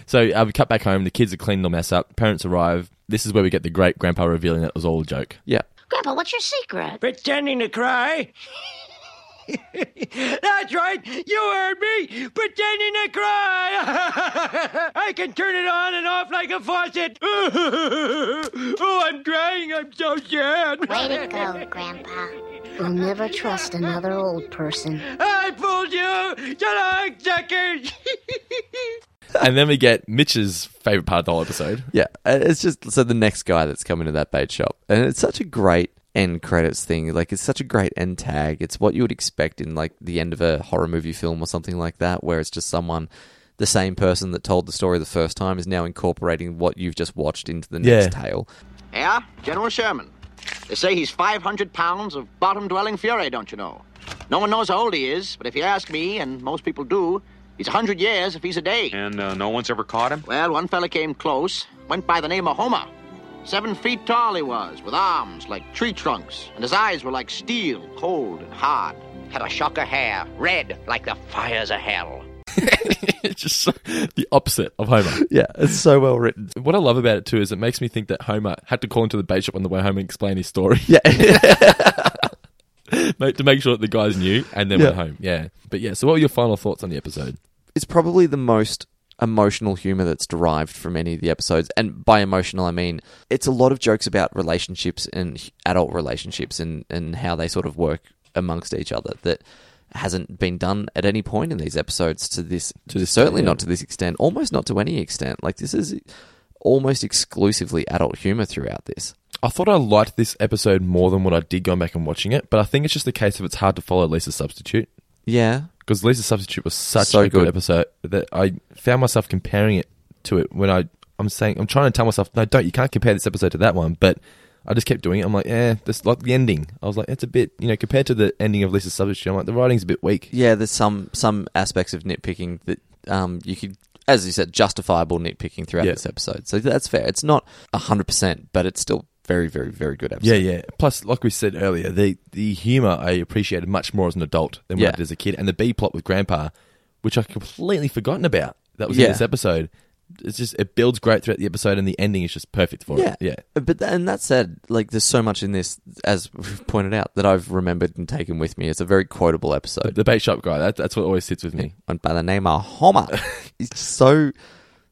so uh, we cut back home. The kids are cleaning the mess up. Parents arrive. This is where we get the great grandpa revealing that it was all a joke. Yeah. Grandpa, what's your secret? Pretending to cry. That's right. You heard me. Pretending to cry. I can turn it on and off like a faucet. oh, I'm crying. I'm so sad. Way to go, Grandpa. I'll never trust another old person. I fooled you. So long, suckers. and then we get Mitch's favorite part of the whole episode. Yeah, and it's just so the next guy that's coming to that bait shop, and it's such a great end credits thing. Like it's such a great end tag. It's what you would expect in like the end of a horror movie film or something like that, where it's just someone, the same person that told the story the first time, is now incorporating what you've just watched into the next tale. Yeah, General Sherman. They say he's 500 pounds of bottom dwelling fury, don't you know? No one knows how old he is, but if you ask me, and most people do, he's 100 years if he's a day. And uh, no one's ever caught him? Well, one fella came close, went by the name of Homer. Seven feet tall he was, with arms like tree trunks, and his eyes were like steel, cold and hard. Had a shock of hair, red like the fires of hell. it's just so, the opposite of Homer. Yeah, it's so well written. What I love about it too is it makes me think that Homer had to call into the bait shop on the way home and explain his story. Yeah. Make- to make sure that the guys knew and then went Yeah. home. Yeah. But yeah, so what were your final thoughts on the episode? It's probably the most emotional humor that's derived from any of the episodes. And by emotional, I mean it's a lot of jokes about relationships and h- adult relationships and, and how they sort of work amongst each other that hasn't been done at any point in these episodes to this, certainly yeah. not to this extent, almost not to any extent. Like, this is almost exclusively adult humor throughout this. I thought I liked this episode more than what I did going back and watching it, but I think it's just a case of it's hard to follow Lisa's Substitute. Yeah. Because Lisa's Substitute was such So a good, good. episode that I found myself comparing it to it when I, I'm saying, I'm trying to tell myself, no, don't, you can't compare this episode to that one, but I just kept doing it. I'm like, eh, this, like the ending. I was like, it's a bit, you know, compared to the ending of Lisa's Substitute, I'm like, the writing's a bit weak. Yeah, there's some some aspects of nitpicking that um, you could, as you said, justifiable nitpicking throughout Yeah. this episode. So that's fair. It's not hundred percent, but it's still very, very, very good episode. Yeah, yeah. Plus, like we said earlier, the the humor I appreciated much more as an adult than what I Yeah. did as a kid, and the B plot with Grandpa, which I completely forgotten about. That was in Yeah. this episode. It's just it builds great throughout the episode, and the ending is just perfect for yeah, it. Yeah, But th- and that said, like there's so much in this, as we've pointed out, that I've remembered and taken with me. It's a very quotable episode. the bait shop guy. That, that's what always sits with me. And by the name of Homer, he's so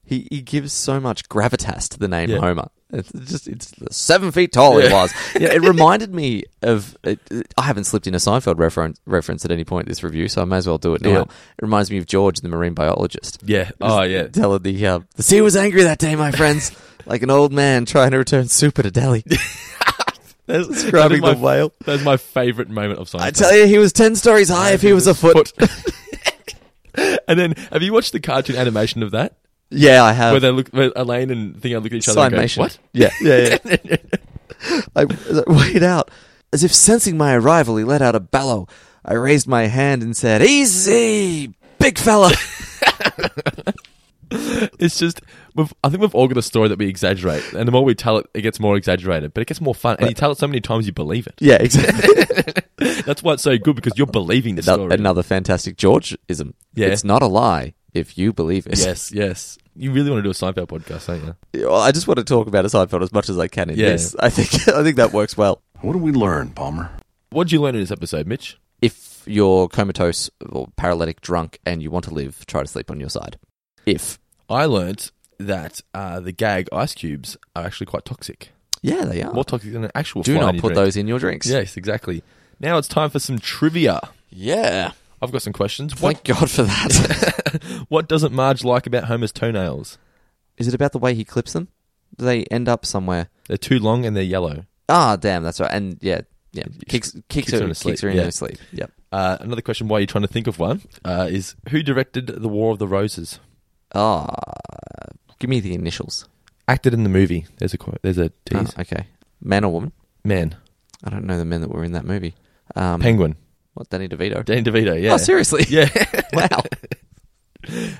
he he gives so much gravitas to the name Yeah. Homer. It's just it's seven feet tall. It Yeah. was. Yeah, it reminded me of. It, it- I haven't slipped in a Seinfeld reference reference at any point this review, so I may as well do it Do now. it. It. reminds me of George, the marine biologist. Yeah. Oh, yeah. Tell her the uh, the sea was angry that day, my friends, like an old man trying to return super to Delhi. That's Describing that is the my- whale. That's my favorite moment of Seinfeld. I tell you, he was ten stories high if he was a foot. And then, have you watched the cartoon animation of that? Yeah, I have. Where they look, where Elaine and Thing look at each other. And go, Cymation. what? Yeah, yeah, yeah. I, as I weighed out. As if sensing my arrival, he let out a bellow. I raised my hand and said, Easy, big fella. it's just we've, I think we've all got a story that we exaggerate, and the more we tell it, it gets more exaggerated, but it gets more fun. And you tell it so many times, you believe it. Yeah, exactly. That's why it's so good because you're believing the story. Another fantastic Georgeism. Yeah. It's not a lie if you believe it. Yes, yes. You really want to do a Seinfeld podcast, don't you? Well, I just want to talk about a Seinfeld as much as I can in Yeah. this. I think I think that works well. What did we learn, Palmer? What did you learn in this episode, Mitch? If you're comatose or paralytic drunk and you want to live, try to sleep on your side. If I learnt that uh, the gag ice cubes are actually quite toxic. Yeah, they are. More toxic than an actual. Do fly not in your put drink. those in your drinks. Yes, exactly. Now it's time for some trivia. Yeah. I've got some questions. Thank God for that. what doesn't Marge like about Homer's toenails? Is it about the way he clips them? Do they end up somewhere? They're too long and they're yellow. Ah, damn, that's right. And yeah, yeah, kicks kicks, her, in her kicks sleep, her in yeah. her sleep. Yep. Uh, another question while you're trying to think of one uh, is who directed The War of the Roses? Ah, give me the initials. Acted in the movie. There's a qu- there's a tease. Ah, okay, man or woman? Man. I don't know the men that were in that movie. Um, Penguin. What? Danny DeVito. Danny DeVito, yeah. Oh, seriously? Yeah. wow.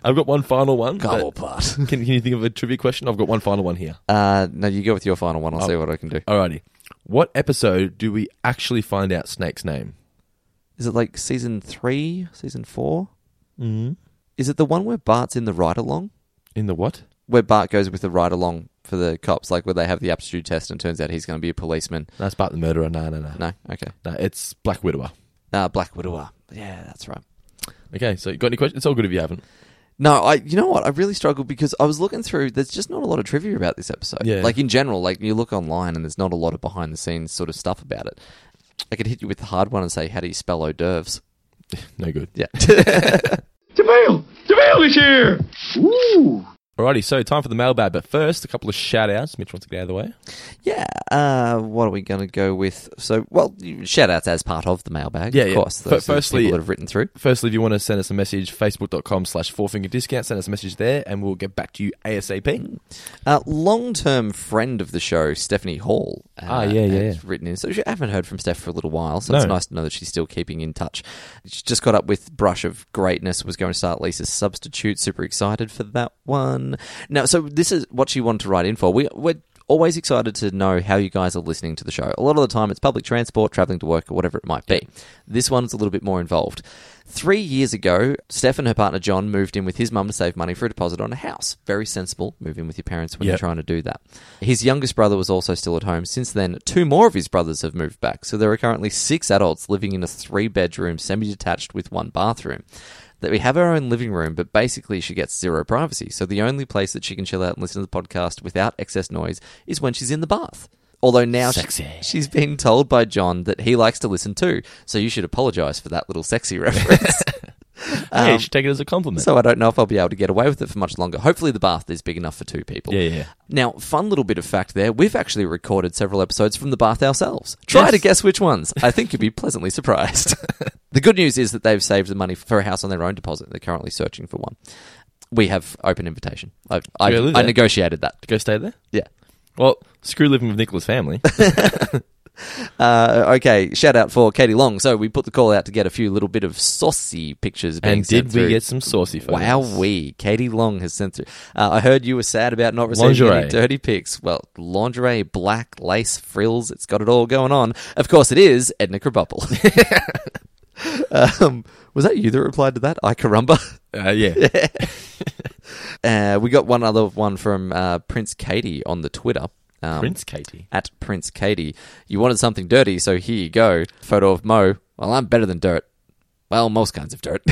I've got one final one. Gobble but- Can, can you think of a trivia question? I've got one final one here. Uh, no, you go with your final one. I'll Oh. see what I can do. Alrighty. What episode do we actually find out Snake's name? Is it like season three, season 4 Mm-hmm. Is it the one where Bart's in the ride along? In the what? Where Bart goes with the ride along for the cops, like where they have the aptitude test and turns out he's going to be a policeman. No, it's Bart the Murderer. No, no, no. No, okay. No, it's Black Widower. Uh, Black Widower. Yeah, that's right. Okay, so you got any questions? It's all good if you haven't. No, I. You know what? I really struggled because I was looking through. There's just not a lot of trivia about this episode. Yeah. Like in general, like you look online and there's not a lot of behind the scenes sort of stuff about it. I could hit you with the hard one and say, "How do you spell hors d'oeuvres?" No good. Yeah. Jamil! Jamil is here! Ooh! Alrighty, so time for the mailbag, but first, a couple of shout outs. Mitch wants to get out of the way. Yeah. Uh, what are we going to go with? So, well, you- shout outs as part of the mailbag. Yeah, of yeah. course. F- Those are the firstly- people that have written through. Firstly, if you want to send us a message, facebook.com slash fourfinger discount, send us a message there and we'll get back to you ASAP. Uh, Long term friend of the show, Stephanie Hall. Uh, Ah, yeah, yeah, has yeah. Written in. So she, I haven't heard from Steph for a little while, so No. it's nice to know that she's still keeping in touch. She just got up with Brush of Greatness, was going to start Lisa's substitute. Super excited for that one. Now, so this is what she wanted to write in for. We, we're always excited to know how you guys are listening to the show. A lot of the time, it's public transport, traveling to work, or whatever it might be. This one's a little bit more involved. Three years ago, Steph and her partner John moved in with his mum to save money for a deposit on a house. Very sensible, move in with your parents when you're Yep. trying to do that. His youngest brother was also still at home. Since then, two more of his brothers have moved back. So there are currently six adults living in a three bedroom, semi detached with one bathroom. That we have our own living room, but basically she gets zero privacy. So the only place that she can chill out and listen to the podcast without excess noise is when she's in the bath. Although now she- she's been told by John that he likes to listen too. So you should apologize for that little sexy reference. yeah, you Um, should take it as a compliment. so I don't know if I'll be able to get away with it for much longer. Hopefully, the bath is big enough for two people. Yeah, yeah. Now, fun little bit of fact there. We've actually recorded several episodes from the bath ourselves. Try Yes. to guess which ones. I think you'd be pleasantly surprised. the good news is that they've saved the money for a house on their own deposit. They're currently searching for one. We have open invitation. I've, I've, Really? I negotiated that. Go stay there? Yeah. Well, screw living with Nicola's family. Uh, okay, shout out for Katie Long. So we put the call out to get a few little bit of saucy pictures. Being And sent did we through. get some saucy photos? Wow, we Katie Long has sent through. Uh, I heard you were sad about not receiving Lingerie. any dirty pics. Well, lingerie, black lace, frills. It's got it all going on. Of course, it is Edna Krabappel. um, was that you that replied to that? I carumba. Uh, yeah. Uh, we got one other one from uh, Prince Katie on the Twitter. Um, Prince Katie? at Prince Katie. You wanted something dirty, so here you go. Photo of Mo. Well, I'm better than dirt. Well, most kinds of dirt.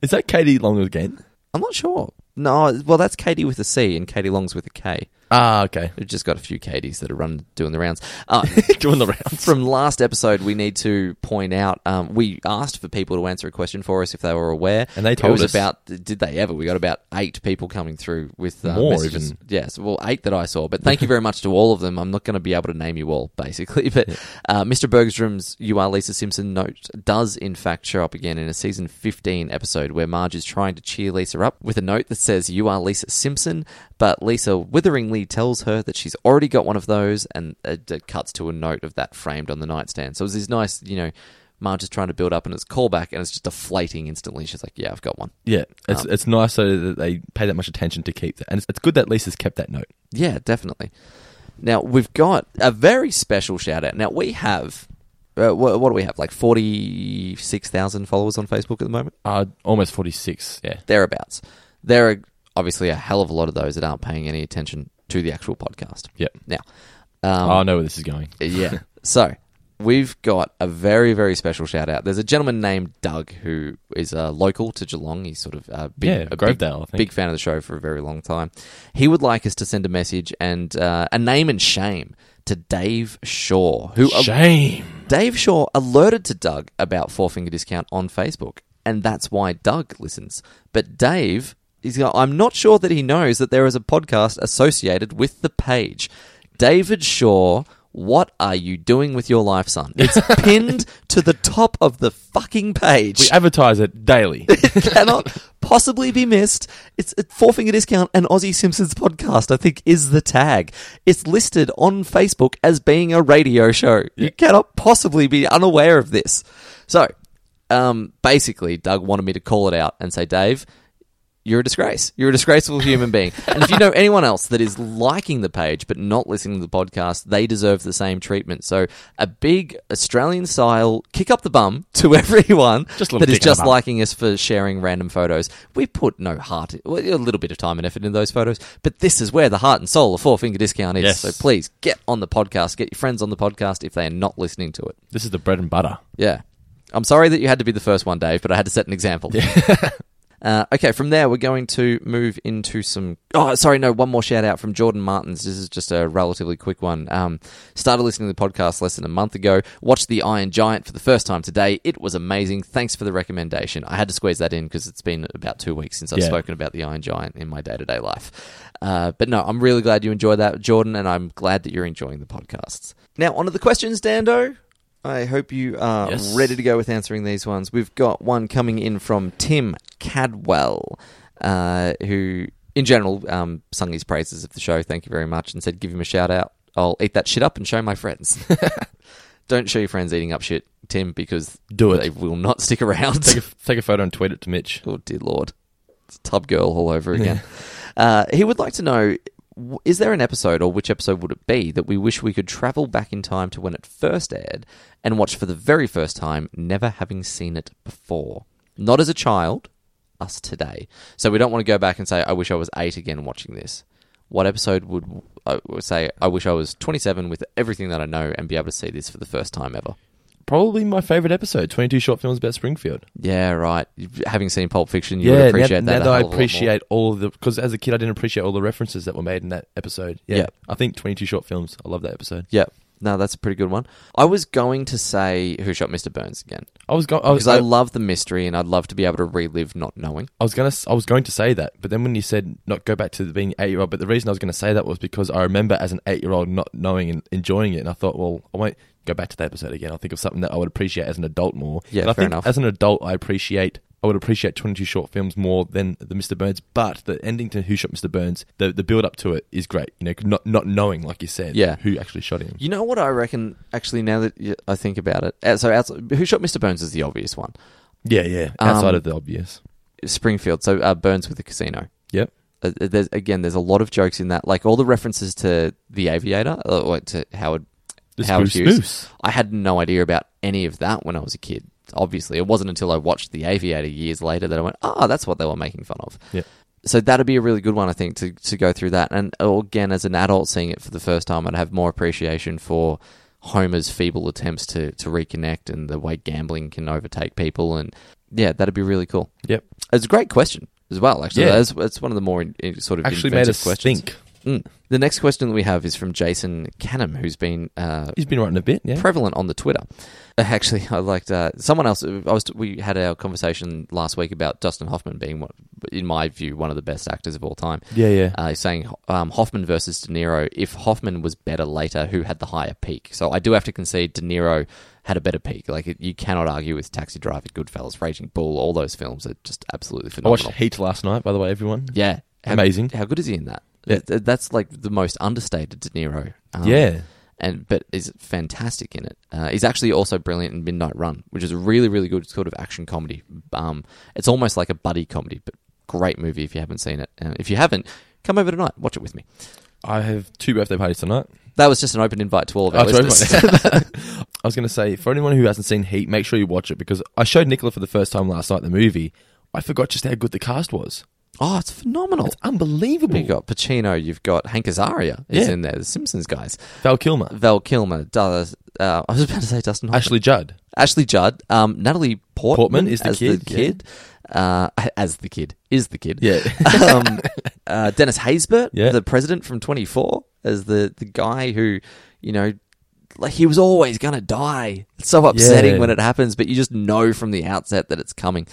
Is that Katie Long again? I'm not sure. No, well, that's Katie with a C and Katie Long's with a K. Ah, okay. We've just got a few Katies that are run doing the rounds. Uh, doing the rounds. From last episode, we need to point out um, we asked for people to answer a question for us if they were aware, And they told it was us. about did they ever? We got about eight people coming through with uh, More messages. even. Yes, well, eight that I saw. But thank you very much to all of them. I'm not going to be able to name you all, basically. But uh, Mr. Bergstrom's You Are Lisa Simpson note does, in fact, show up again in a season 15 episode where Marge is trying to cheer Lisa up with a note that says, You are Lisa Simpson. But Lisa witheringly tells her that she's already got one of those, and it, it cuts to a note of that framed on the nightstand. So it was this nice, you know. Marge is trying to build up and it's callback and it's just deflating instantly. She's like, Yeah, I've got one. Yeah, it's, Um, it's nice so that they pay that much attention to keep that. And it's, it's good that Lisa's kept that note. Yeah, definitely. Now we've got a very special shout out. Now we have uh, what, what do we have? Like forty six thousand followers on Facebook at the moment, Uh, almost 46, yeah. thereabouts. There are obviously a hell of a lot of those that aren't paying any attention to the actual podcast. Yep. Now, um, oh, I know where this is going. yeah. So we've got a very, very special shout out. There's a gentleman named Doug who is uh, local to Geelong. He's sort of uh, big, Yeah, a big- Grovedale, I think. big fan of the show for a very long time. He would like us to send a message and uh, a name and shame to Dave Shaw, who Shame. Dave Shaw alerted to Doug about Four Finger Discount on Facebook, and that's why Doug listens. But Dave, he's go- I'm not sure that he knows that there is a podcast associated with the page. David Shaw, what are you doing with your life, son? It's pinned to the top of the fucking page We advertise it daily. cannot possibly be missed. It's a four finger discount and Aussie Simpsons podcast, I think, is the tag. It's listed on Facebook as being a radio show. You cannot possibly be unaware of this. So, um, basically, Doug wanted me to call it out and say, Dave, you're a disgrace. You're a disgraceful human being. And if you know anyone else that is liking the page but not listening to the podcast, they deserve the same treatment. So a big Australian style kick up the bum to everyone Just a little that is kick up the just bum. liking us for sharing random photos. We put no heart, well, a little bit of time and effort into those photos, but this is where the heart and soul of Four Finger Discount is. Yes. So please get on the podcast, get your friends on the podcast if they are not listening to it. this is the bread and butter. Yeah. I'm sorry that you had to be the first one, Dave, but I had to set an example. uh, okay, from there, we're going to move into some. Oh, sorry, no, one more shout out from Jordan Martins. This is just a relatively quick one. Um, started listening to the podcast less than a month ago. Watched The Iron Giant for the first time today. It was amazing. Thanks for the recommendation. I had to squeeze that in because it's been about two weeks since I've Yeah. spoken about The Iron Giant in my day to day life. Uh, but no, I'm really glad you enjoyed that, Jordan, and I'm glad that you're enjoying the podcasts. Now, on to the questions, Dando. I hope you um, are Yes. ready to go with answering these ones. We've got one coming in from Tim Cadwell, uh, who, in general, um, sung his praises of the show. Thank you very much, and said, "Give him a shout out. I'll eat that shit up and show my friends." Don't show your friends eating up shit, Tim, because Do it. They will not stick around. Take a, take a photo and tweet it to Mitch. Oh dear lord, it's Tub Girl all over again. uh, he would like to know: w- Is there an episode, or which episode would it be, that we wish we could travel back in time to when it first aired and watch for the very first time, never having seen it before? Not as a child, us today. So we don't want to go back and say, "I wish I was eight again watching this." What episode would I would say? I wish I was twenty-seven with everything that I know and be able to see this for the first time ever. Probably my favorite episode, 22 short films about Springfield. Yeah, right. Having seen Pulp Fiction, you would appreciate now, that. Now a that I hell of a lot more. appreciate all of the because as a kid I didn't appreciate all the references that were made in that episode. Yeah, Yeah. I think twenty two short films. I love that episode. Yeah. No, that's a pretty good one. I was going to say Who Shot Mr. Burns again. I was go- I was because I go- love the mystery and I'd love to be able to relive not knowing. I was gonna s- I was going to say that, but then when you said not go back to being eight year old, but the reason I was going to say that was because I remember as an eight year old not knowing and enjoying it, and I thought, well, I won't go back to that episode again. I'll think of something that I would appreciate as an adult more. Yeah, and I fair think enough. As an adult, I appreciate. I would appreciate 22 short films more than the Mr. Burns, but the ending to Who Shot Mr. Burns, the, the build up to it is great. You know, not not knowing, like you said, Yeah. who actually shot him. You know what I reckon? Actually, now that y- I think about it, uh, so outside, Who Shot Mr. Burns is the obvious one. Yeah, yeah. Um, Outside of the obvious, Springfield. So uh, Burns with the casino. Yep. Uh, there's, again, there's a lot of jokes in that, like all the references to the Aviator, uh, or to Howard. The Howard Spruce Hughes. Moose. I had no idea about any of that when I was a kid. Obviously, it wasn't until I watched The Aviator years later that I went, "Oh, that's what they were making fun of." Yep. So that'd be a really good one, I think, to to go through that. And oh, again, as an adult seeing it for the first time, I'd have more appreciation for Homer's feeble attempts to to reconnect and the way gambling can overtake people. And yeah, that'd be really cool. Yep. it's a great question as well. Actually, Yeah. that's, that's one of the more in, in- sort of Actually made inventive us questions. think. Mm. The next question that we have is from Jason Canham, who's been uh, he's been writing a bit, yeah. prevalent on the Twitter. Uh, Actually, I liked uh, someone else. I was we had our conversation last week about Dustin Hoffman being, one, in my view, one of the best actors of all time. Yeah, yeah. Uh, saying um, Hoffman versus De Niro. If Hoffman was better later, who had the higher peak? So I do have to concede De Niro had a better peak. Like it, you cannot argue with Taxi Driver, Goodfellas, Raging Bull. All those films are just absolutely I phenomenal. watched Heat last night, by the way, everyone. Yeah, How- Amazing. How good is he in that? Yeah. Th- that's like the most understated De Niro. Um, Yeah. and but is fantastic in it. Uh, he's actually also brilliant in Midnight Run, which is a really really good sort of action comedy. Um, it's almost like a buddy comedy, but great movie if you haven't seen it. And if you haven't, come over tonight, watch it with me. I have two birthday parties tonight. That was just an open invite to all of our Oh, sorry, listeners. everyone. I was going to say, for anyone who hasn't seen Heat, make sure you watch it because I showed Nicola for the first time last night the movie. I forgot just how good the cast was. Oh, it's phenomenal! It's unbelievable. You've got Pacino, you've got Hank Azaria is Yeah. in there, the Simpsons guys, Val Kilmer, Val Kilmer, does, uh, I was about to say Dustin, Hoffman. Ashley Judd. Ashley Judd, um, Natalie Portman, Portman is the as kid, the yeah. kid, uh, as the kid is the kid. Yeah. um, uh, Dennis Haysbert, Yeah. the president from Twenty Four, as the the guy who, you know, like he was always gonna die. It's so upsetting Yeah. when it happens, but you just know from the outset that it's coming.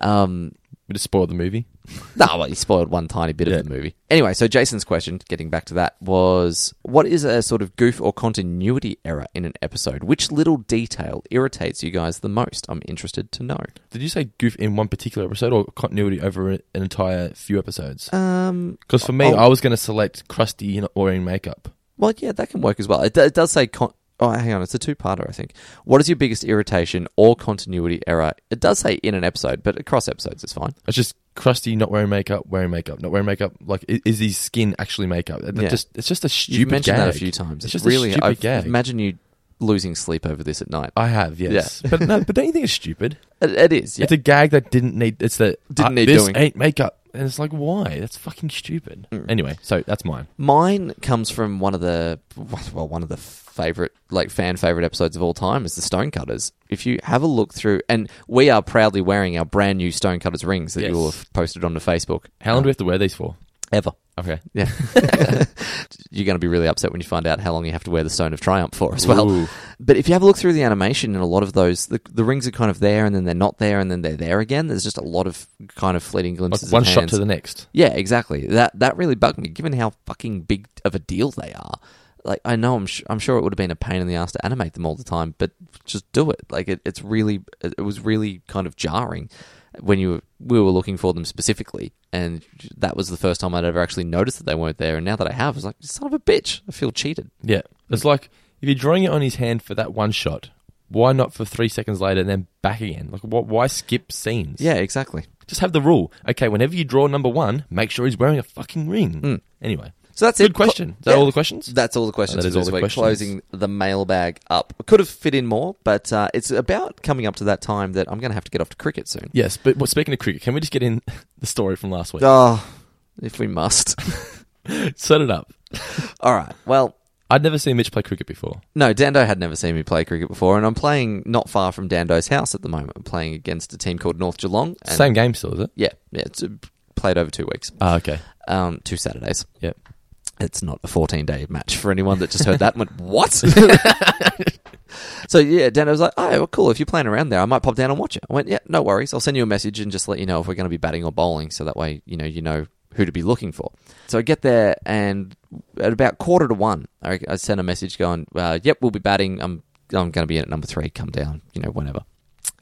Um, We just spoiled the movie. no, well, he spoiled one tiny bit Yeah. of the movie. Anyway, so Jason's question, getting back to that, was what is a sort of goof or continuity error in an episode? Which little detail irritates you guys the most? I'm interested to know. Did you say goof in one particular episode or continuity over an entire few episodes? Um, Because for me, oh. I was going to select Krusty not wearing makeup. Well, yeah, that can work as well. It, do- it does say. Con- oh, hang on, it's a two-parter, I think. What is your biggest irritation or continuity error? It does say in an episode, but across episodes is fine. It's just Krusty not wearing makeup, wearing makeup, not wearing makeup. Like, i- is his skin actually makeup? That- that Yeah. just- it's just a stupid. You've mentioned that a gag. few It's times. It's just really. a stupid I've- gag. Imagine you losing sleep over this at night. I have, yes. But no, but don't you think it's stupid? It, it is. Yeah. It's a gag that didn't need. It's the Didn't need this doing." Mm. Ain't makeup. And it's like, why? That's fucking stupid. Anyway, so that's mine. Mine comes from one of the well, one of the favorite like fan favorite episodes of all time is the Stonecutters. If you have a look through, and we are proudly wearing our brand new Stonecutters rings that Yes. you'll have posted onto Facebook. How long do we have to wear these for? Ever. Okay. Yeah. You're going to be really upset when you find out how long you have to wear the Stone of Triumph for as well. Ooh. But if you have a look through the animation and a lot of those, the, the rings are kind of there and then they're not there and then they're there again. There's just a lot of kind of fleeting glimpses. of one shot hands. to the next. Yeah, exactly. That that really bugged me, given how fucking big of a deal they are. Like I know I'm sh- I'm sure it would have been a pain in the ass to animate them all the time, but just do it. Like it, it's really it was really kind of jarring when you we were looking for them specifically, and that was the first time I'd ever actually noticed that they weren't there. And now that I have, it's like son of a bitch, I feel cheated. Yeah. Mm. It's like if you're drawing it on his hand for that one shot, why not for three seconds later and then back again? Like, wh- why skip scenes? Yeah, exactly. Just have the rule. Okay, whenever you draw number one, make sure he's wearing a fucking ring. Hmm. Anyway. So that's Good it. question. Is that Yeah. all the questions? That's all the questions. That is for all this the week. questions. Closing the mailbag up. Could have fit in more, but uh, it's about coming up to that time that I'm going to have to get off to cricket soon. Yes, but well, speaking of cricket, can we just get in the story from last week? Oh, if we must. Set it up. All right. Well, I'd never seen Mitch play cricket before. No, Dando had never seen me play cricket before, and I'm playing not far from Dando's house at the moment. I'm playing against a team called North Geelong. and- Same game still, is it? Yeah, yeah. It's uh, played over two weeks. Ah, okay. Um, two Saturdays. Yep. It's not a 14 day match for anyone that just heard that and went, What? so, yeah, Dando was like, Oh, well, cool. If you're playing around there, I might pop down and watch it. I went, Yeah, no worries. I'll send you a message and just let you know if we're going to be batting or bowling. So that way, you know, you know who to be looking for. So I get there and at about quarter to one, I, I sent a message going, uh, Yep, we'll be batting. I'm, I'm going to be in at number three. Come down, you know, whenever.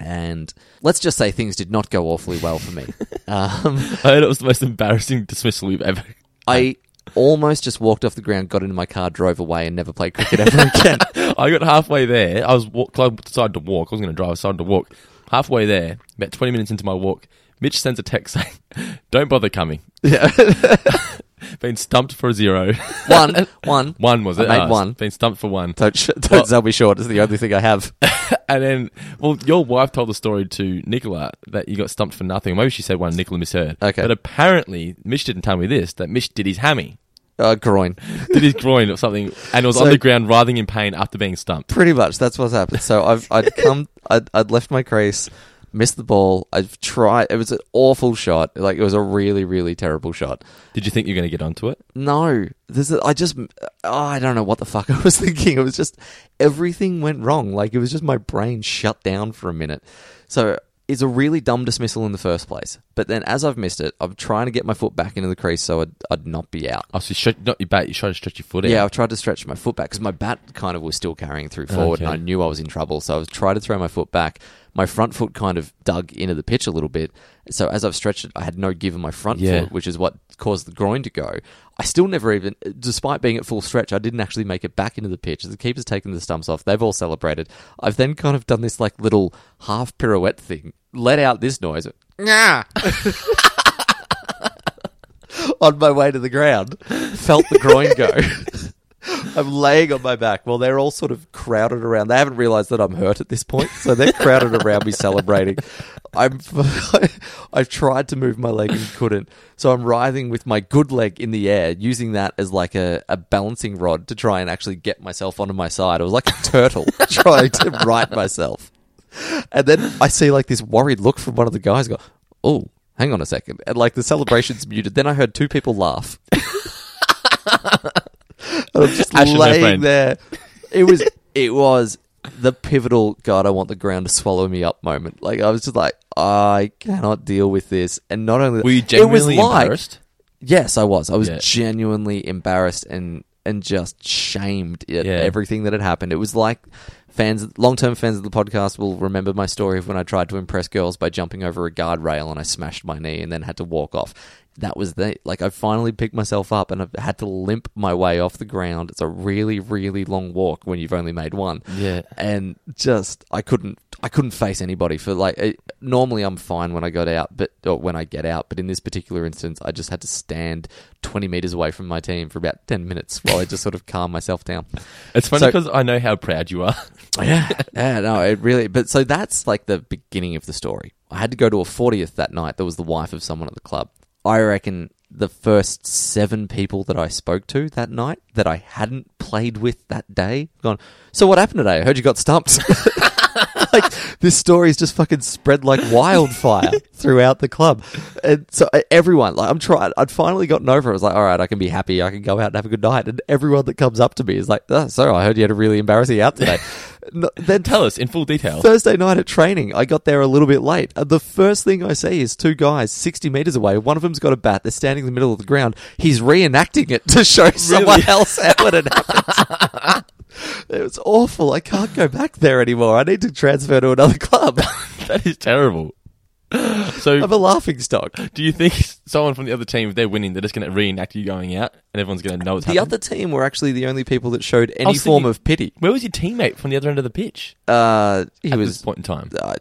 And let's just say things did not go awfully well for me. Um, I heard it was the most embarrassing dismissal we've ever. I almost just walked off the ground, got into my car, drove away, and never played cricket ever again. I got halfway there. I was walk, I decided to walk. I was going to drive. I decided to walk. Halfway there, about twenty minutes into my walk, Mitch sends a text saying, "Don't bother coming." Yeah. Been stumped for a zero. One, one, One was I it? made Ah, one. Been stumped for one. Don't, sh- don't Well- sell me short. It's the only thing I have. and then, well, your wife told the story to Nicola that you got stumped for nothing. Maybe she said one. Nicola misheard. Okay. But apparently, Mitch didn't tell me this. That Mitch did his hammy, Uh, groin. did his groin or something, and was So- on the ground writhing in pain after being stumped. Pretty much, that's what's happened. So I've I'd come, I'd, I'd left my crease, missed the ball. I've tried. It was an awful shot. Like it was a really, really terrible shot. Did you think you were going to get onto it? No, this is, I just oh, I don't know what the fuck I was thinking. It was just everything went wrong. Like it was just my brain shut down for a minute. So it's a really dumb dismissal in the first place. But then as I've missed it, I'm trying to get my foot back into the crease so I'd, I'd not be out. Oh, so you stretch, not your bat. You tried to stretch your foot Yeah, out. I've tried to stretch my foot back because my bat kind of was still carrying through forward, and Okay. I knew I was in trouble. So I was trying to throw my foot back. My front foot kind of dug into the pitch a little bit. So as I've stretched it, I had no give in my front Yeah. foot, which is what caused the groin to go. I still never even, despite being at full stretch, I didn't actually make it back into the pitch. The keeper's taken the stumps off. They've all celebrated. I've then kind of done this like little half pirouette thing, let out this noise Nah. on my way to the ground, felt the groin go. I'm laying on my back. Well, they're all sort of crowded around. They haven't realised that I'm hurt at this point, so they're crowded around me celebrating. I'm, I've tried to move my leg and couldn't, so I'm writhing with my good leg in the air, using that as like a, a balancing rod to try and actually get myself onto my side. I was like a turtle trying to right myself. And then I see like this worried look from one of the guys. Go, oh, hang on a second. And like the celebration's muted. Then I heard two people laugh. and I'm just Ash and her laying friend. there. It was it was the pivotal God. I want the ground to swallow me up moment. Like I was just like I cannot deal with this. And not only Were you it genuinely was like, embarrassed? Yes, I was. I was Yeah. genuinely embarrassed and and just shamed at Yeah. everything that had happened. It was like fans, long term fans of the podcast will remember my story of when I tried to impress girls by jumping over a guardrail and I smashed my knee and then had to walk off. That was the like I finally picked myself up and I had to limp my way off the ground. It's a really really long walk when you've only made one. Yeah. and just I couldn't I couldn't face anybody for like it, normally I'm fine when I got out, but or when I get out, but in this particular instance, I just had to stand 20 meters away from my team for about 10 minutes while I just sort of calmed myself down. It's funny So- because I know how proud you are. yeah, yeah, no, it really. But so that's like the beginning of the story. I had to go to a 40th that night. There was the wife of someone at the club. I reckon the first seven people that I spoke to that night that I hadn't played with that day gone, so what happened today? I heard you got stumped. like this story's just fucking spread like wildfire throughout the club. And so uh, everyone, like I'm trying, I'd finally gotten over it. I was like, all right, I can be happy. I can go out and have a good night. And everyone that comes up to me is like, oh, so I heard you had a really embarrassing out today. No, then tell us in full detail. Thursday night at training, I got there a little bit late. Uh, The first thing I see is two guys 60 meters away. One of them's got a bat. They're standing in the middle of the ground. He's reenacting it to show someone else how it had happened. It was awful. I can't go back there anymore. I need to transfer to another club. that is terrible. So I'm a laughing stock. Do you think someone from the other team, if they're winning, they're just going to reenact you going out, and everyone's going to know it's The happened? Oh, other team were actually the only people that showed I any was form thinking- of pity. Where was your teammate from the other end of the pitch? Uh, he At was this point in time, uh,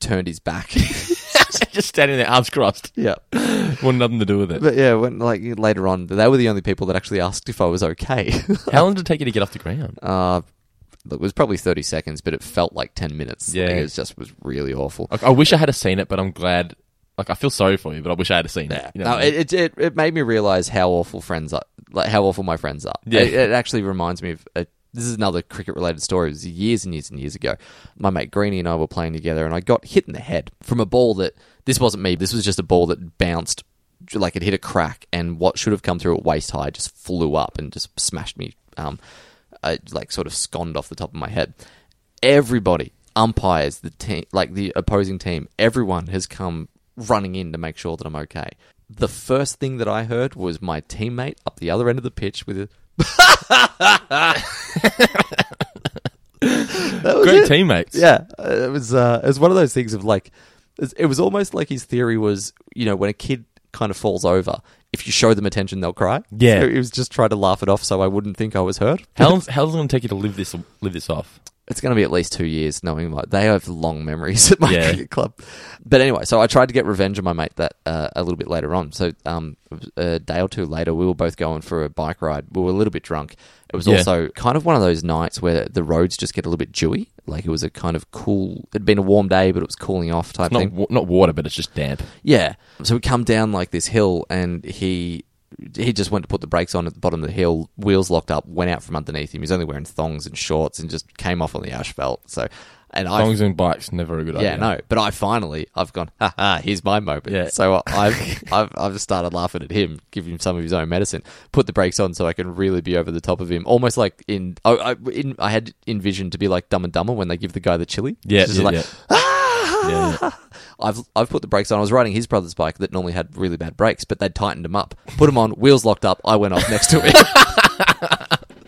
turned his back. just standing there, arms crossed. Yeah. wanted nothing to do with it. But yeah, when like later on, they were the only people that actually asked if I was okay. How long did it take you to get off the ground? uh, it was probably thirty seconds, but it felt like ten minutes. Yeah. Like, it was just was really awful. Like, I wish I had have seen it, but I'm glad. Like, I feel sorry for you, but I wish I had have seen it. You know no, what I mean? it, it, it it made me realize how awful friends are, like how awful my friends are. Yeah. It, it actually reminds me of a, this is another cricket related story. It was years and years and years ago. My mate Greeny and I were playing together, and I got hit in the head from a ball that this wasn't me. This was just a ball that bounced like it hit a crack, and what should have come through at waist high just flew up and just smashed me. Um, I, like sort of sconed off the top of my head everybody, umpires, the team, like the opposing team, everyone has come running in to make sure that I'm okay. The first thing that I heard was my teammate up the other end of the pitch with a. That was Great it. teammates. Yeah, uh, it was. Uh, it was one of those things of like, it's- it was almost like his theory was, you know, when a kid kind of falls over, if you show them attention, they'll cry. Yeah. so he was just trying to laugh it off so I wouldn't think I was hurt. How long's, how long's it going to take you to live this live this off? it's going to be at least two years knowing my, they have long memories at my Yeah. cricket club. But anyway, so I tried to get revenge on my mate that uh, a little bit later on. So um, a day or two later, we were both going for a bike ride. We were a little bit drunk. It was Yeah. also kind of one of those nights where the roads just get a little bit dewy. Like it was a kind of cool, it'd been a warm day, but it was cooling off type Not thing. wa- not water, but it's just damp. Yeah. So we come down like this hill, and he he just went to put the brakes on at the bottom of the hill. Wheels locked up, went out from underneath him. He was only wearing thongs and shorts, and just came off on the asphalt. So, and I Thongs and bikes never a good yeah, idea. no. But I finally, I've gone, ha ha, here's my moment. Yeah. So I've, I've, I've started laughing at him, giving him some of his own medicine, put the brakes on so I can really be over the top of him. Almost like in, oh, I, in, I had envisioned to be like Dumb and Dumber when they give the guy the chili. Yeah, It's just yeah, like, yeah. "Ah!" I've, I've put the brakes on. I was riding his brother's bike that normally had really bad brakes, but they'd tightened them up, put them on, wheels locked up. I went off next to him.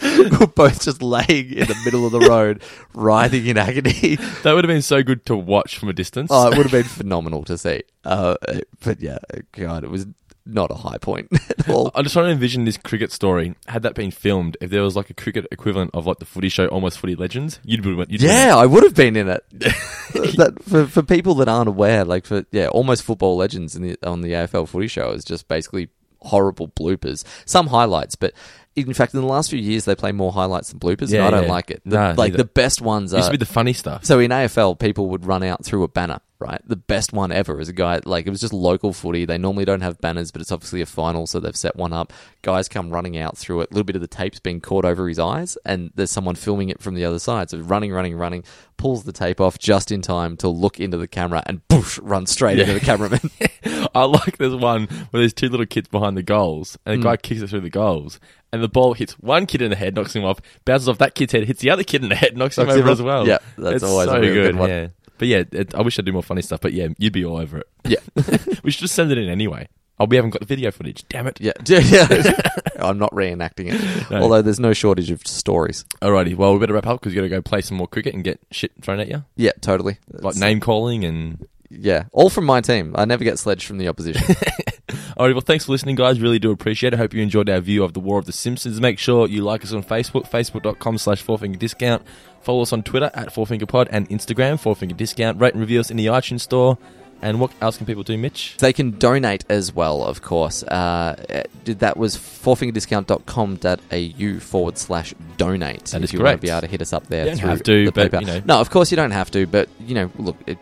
We're both just laying in the middle of the road, writhing in agony. That would have been so good to watch from a distance. Oh, it would have been phenomenal to see. Uh, but yeah, God, it was not a high point at all. I'm just trying to envision this cricket story. Had that been filmed, if there was like a cricket equivalent of like the footy show, almost footy legends, you'd be. You'd be- Yeah, I would have been in it. that, for, for people that aren't aware, like for yeah, almost football legends in the, on the AFL Footy Show is just basically horrible bloopers, some highlights, but. In fact, in the last few years, they play more highlights than bloopers, Yeah, and I don't yeah. like it. The- No, like neither. the best ones are Used to be the funny stuff. So in AFL, people would run out through a banner, right? The best one ever is a guy, like, it was just local footy. They normally don't have banners, but it's obviously a final, so they've set one up. Guys come running out through it. A little bit of the tape's being caught over his eyes, and there's someone filming it from the other side. So running, running, running, pulls the tape off just in time to look into the camera and poof, run straight into the cameraman. I like there's one where there's two little kids behind the goals, Mm. and a guy kicks it through the goals, and the ball hits one kid in the head, knocks him off, bounces off that kid's head, hits the other kid in the head, knocks, Knocks him him over as off. well. Yeah, that's It's always a so really good one. Yeah. But yeah, it, I wish I'd do more funny stuff. But yeah, you'd be all over it. Yeah, we should just send it in anyway. Oh, we haven't got the video footage. Damn it. yeah, yeah. I'm not reenacting it, No. although there's no shortage of stories. Alrighty, well we better wrap up because you got to go play some more cricket and get shit thrown at you, Yeah, totally. like name calling and. Yeah, all from my team. I never get sledged from the opposition. Alright, well thanks for listening, guys. Really do appreciate it. Hope you enjoyed our view of the War of the Simpsons. Make sure you like us on Facebook, facebook.com/slash fourfinger discount. Follow us on Twitter at fourfingerpod and Instagram fourfinger discount. Rate and review us in the iTunes store. And what else can people do, Mitch? They can donate as well, of course. Uh, uh, that was fourfingerdiscount.com.au forward slash donate. That if is you want to correct. be able to hit us up there. You don't through have to, the but, PayPal. you know. No, of course you don't have to, but, you know, look, it,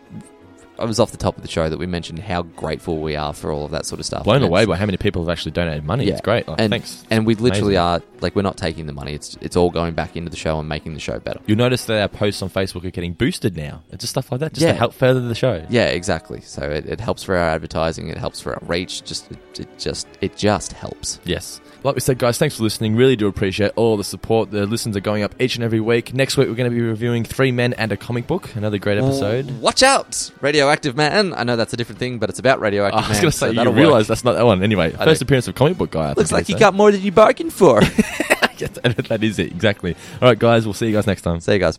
I was off the top of the show that we mentioned how grateful we are for all of that sort of stuff. Blown And away it's- by how many people have actually donated money. It's great. Like, and, thanks. And we It's literally amazing. are like we're not taking the money. It's it's all going back into the show and making the show better. You'll notice that our posts on Facebook are getting boosted now. It's just stuff like that, just to help further the show. Yeah, exactly. So it, it helps for our advertising. It helps for our reach. Just it, it just it just helps. Yes. Like we said, guys, thanks for listening. Really do appreciate all the support. The listens are going up each and every week. Next week, we're going to be reviewing Three Men and a Comic Book, another great episode. Watch out, Radioactive Man. I know that's a different thing, but it's about Radioactive Ah, I Man. was going to so say, you that'll realise work. that's not that one. Anyway, first I don't- appearance of Comic Book Guy. I Looks think like they you say. got more than you bargained for. Yes, that is it, exactly. All right, guys, we'll see you guys next time. See you guys.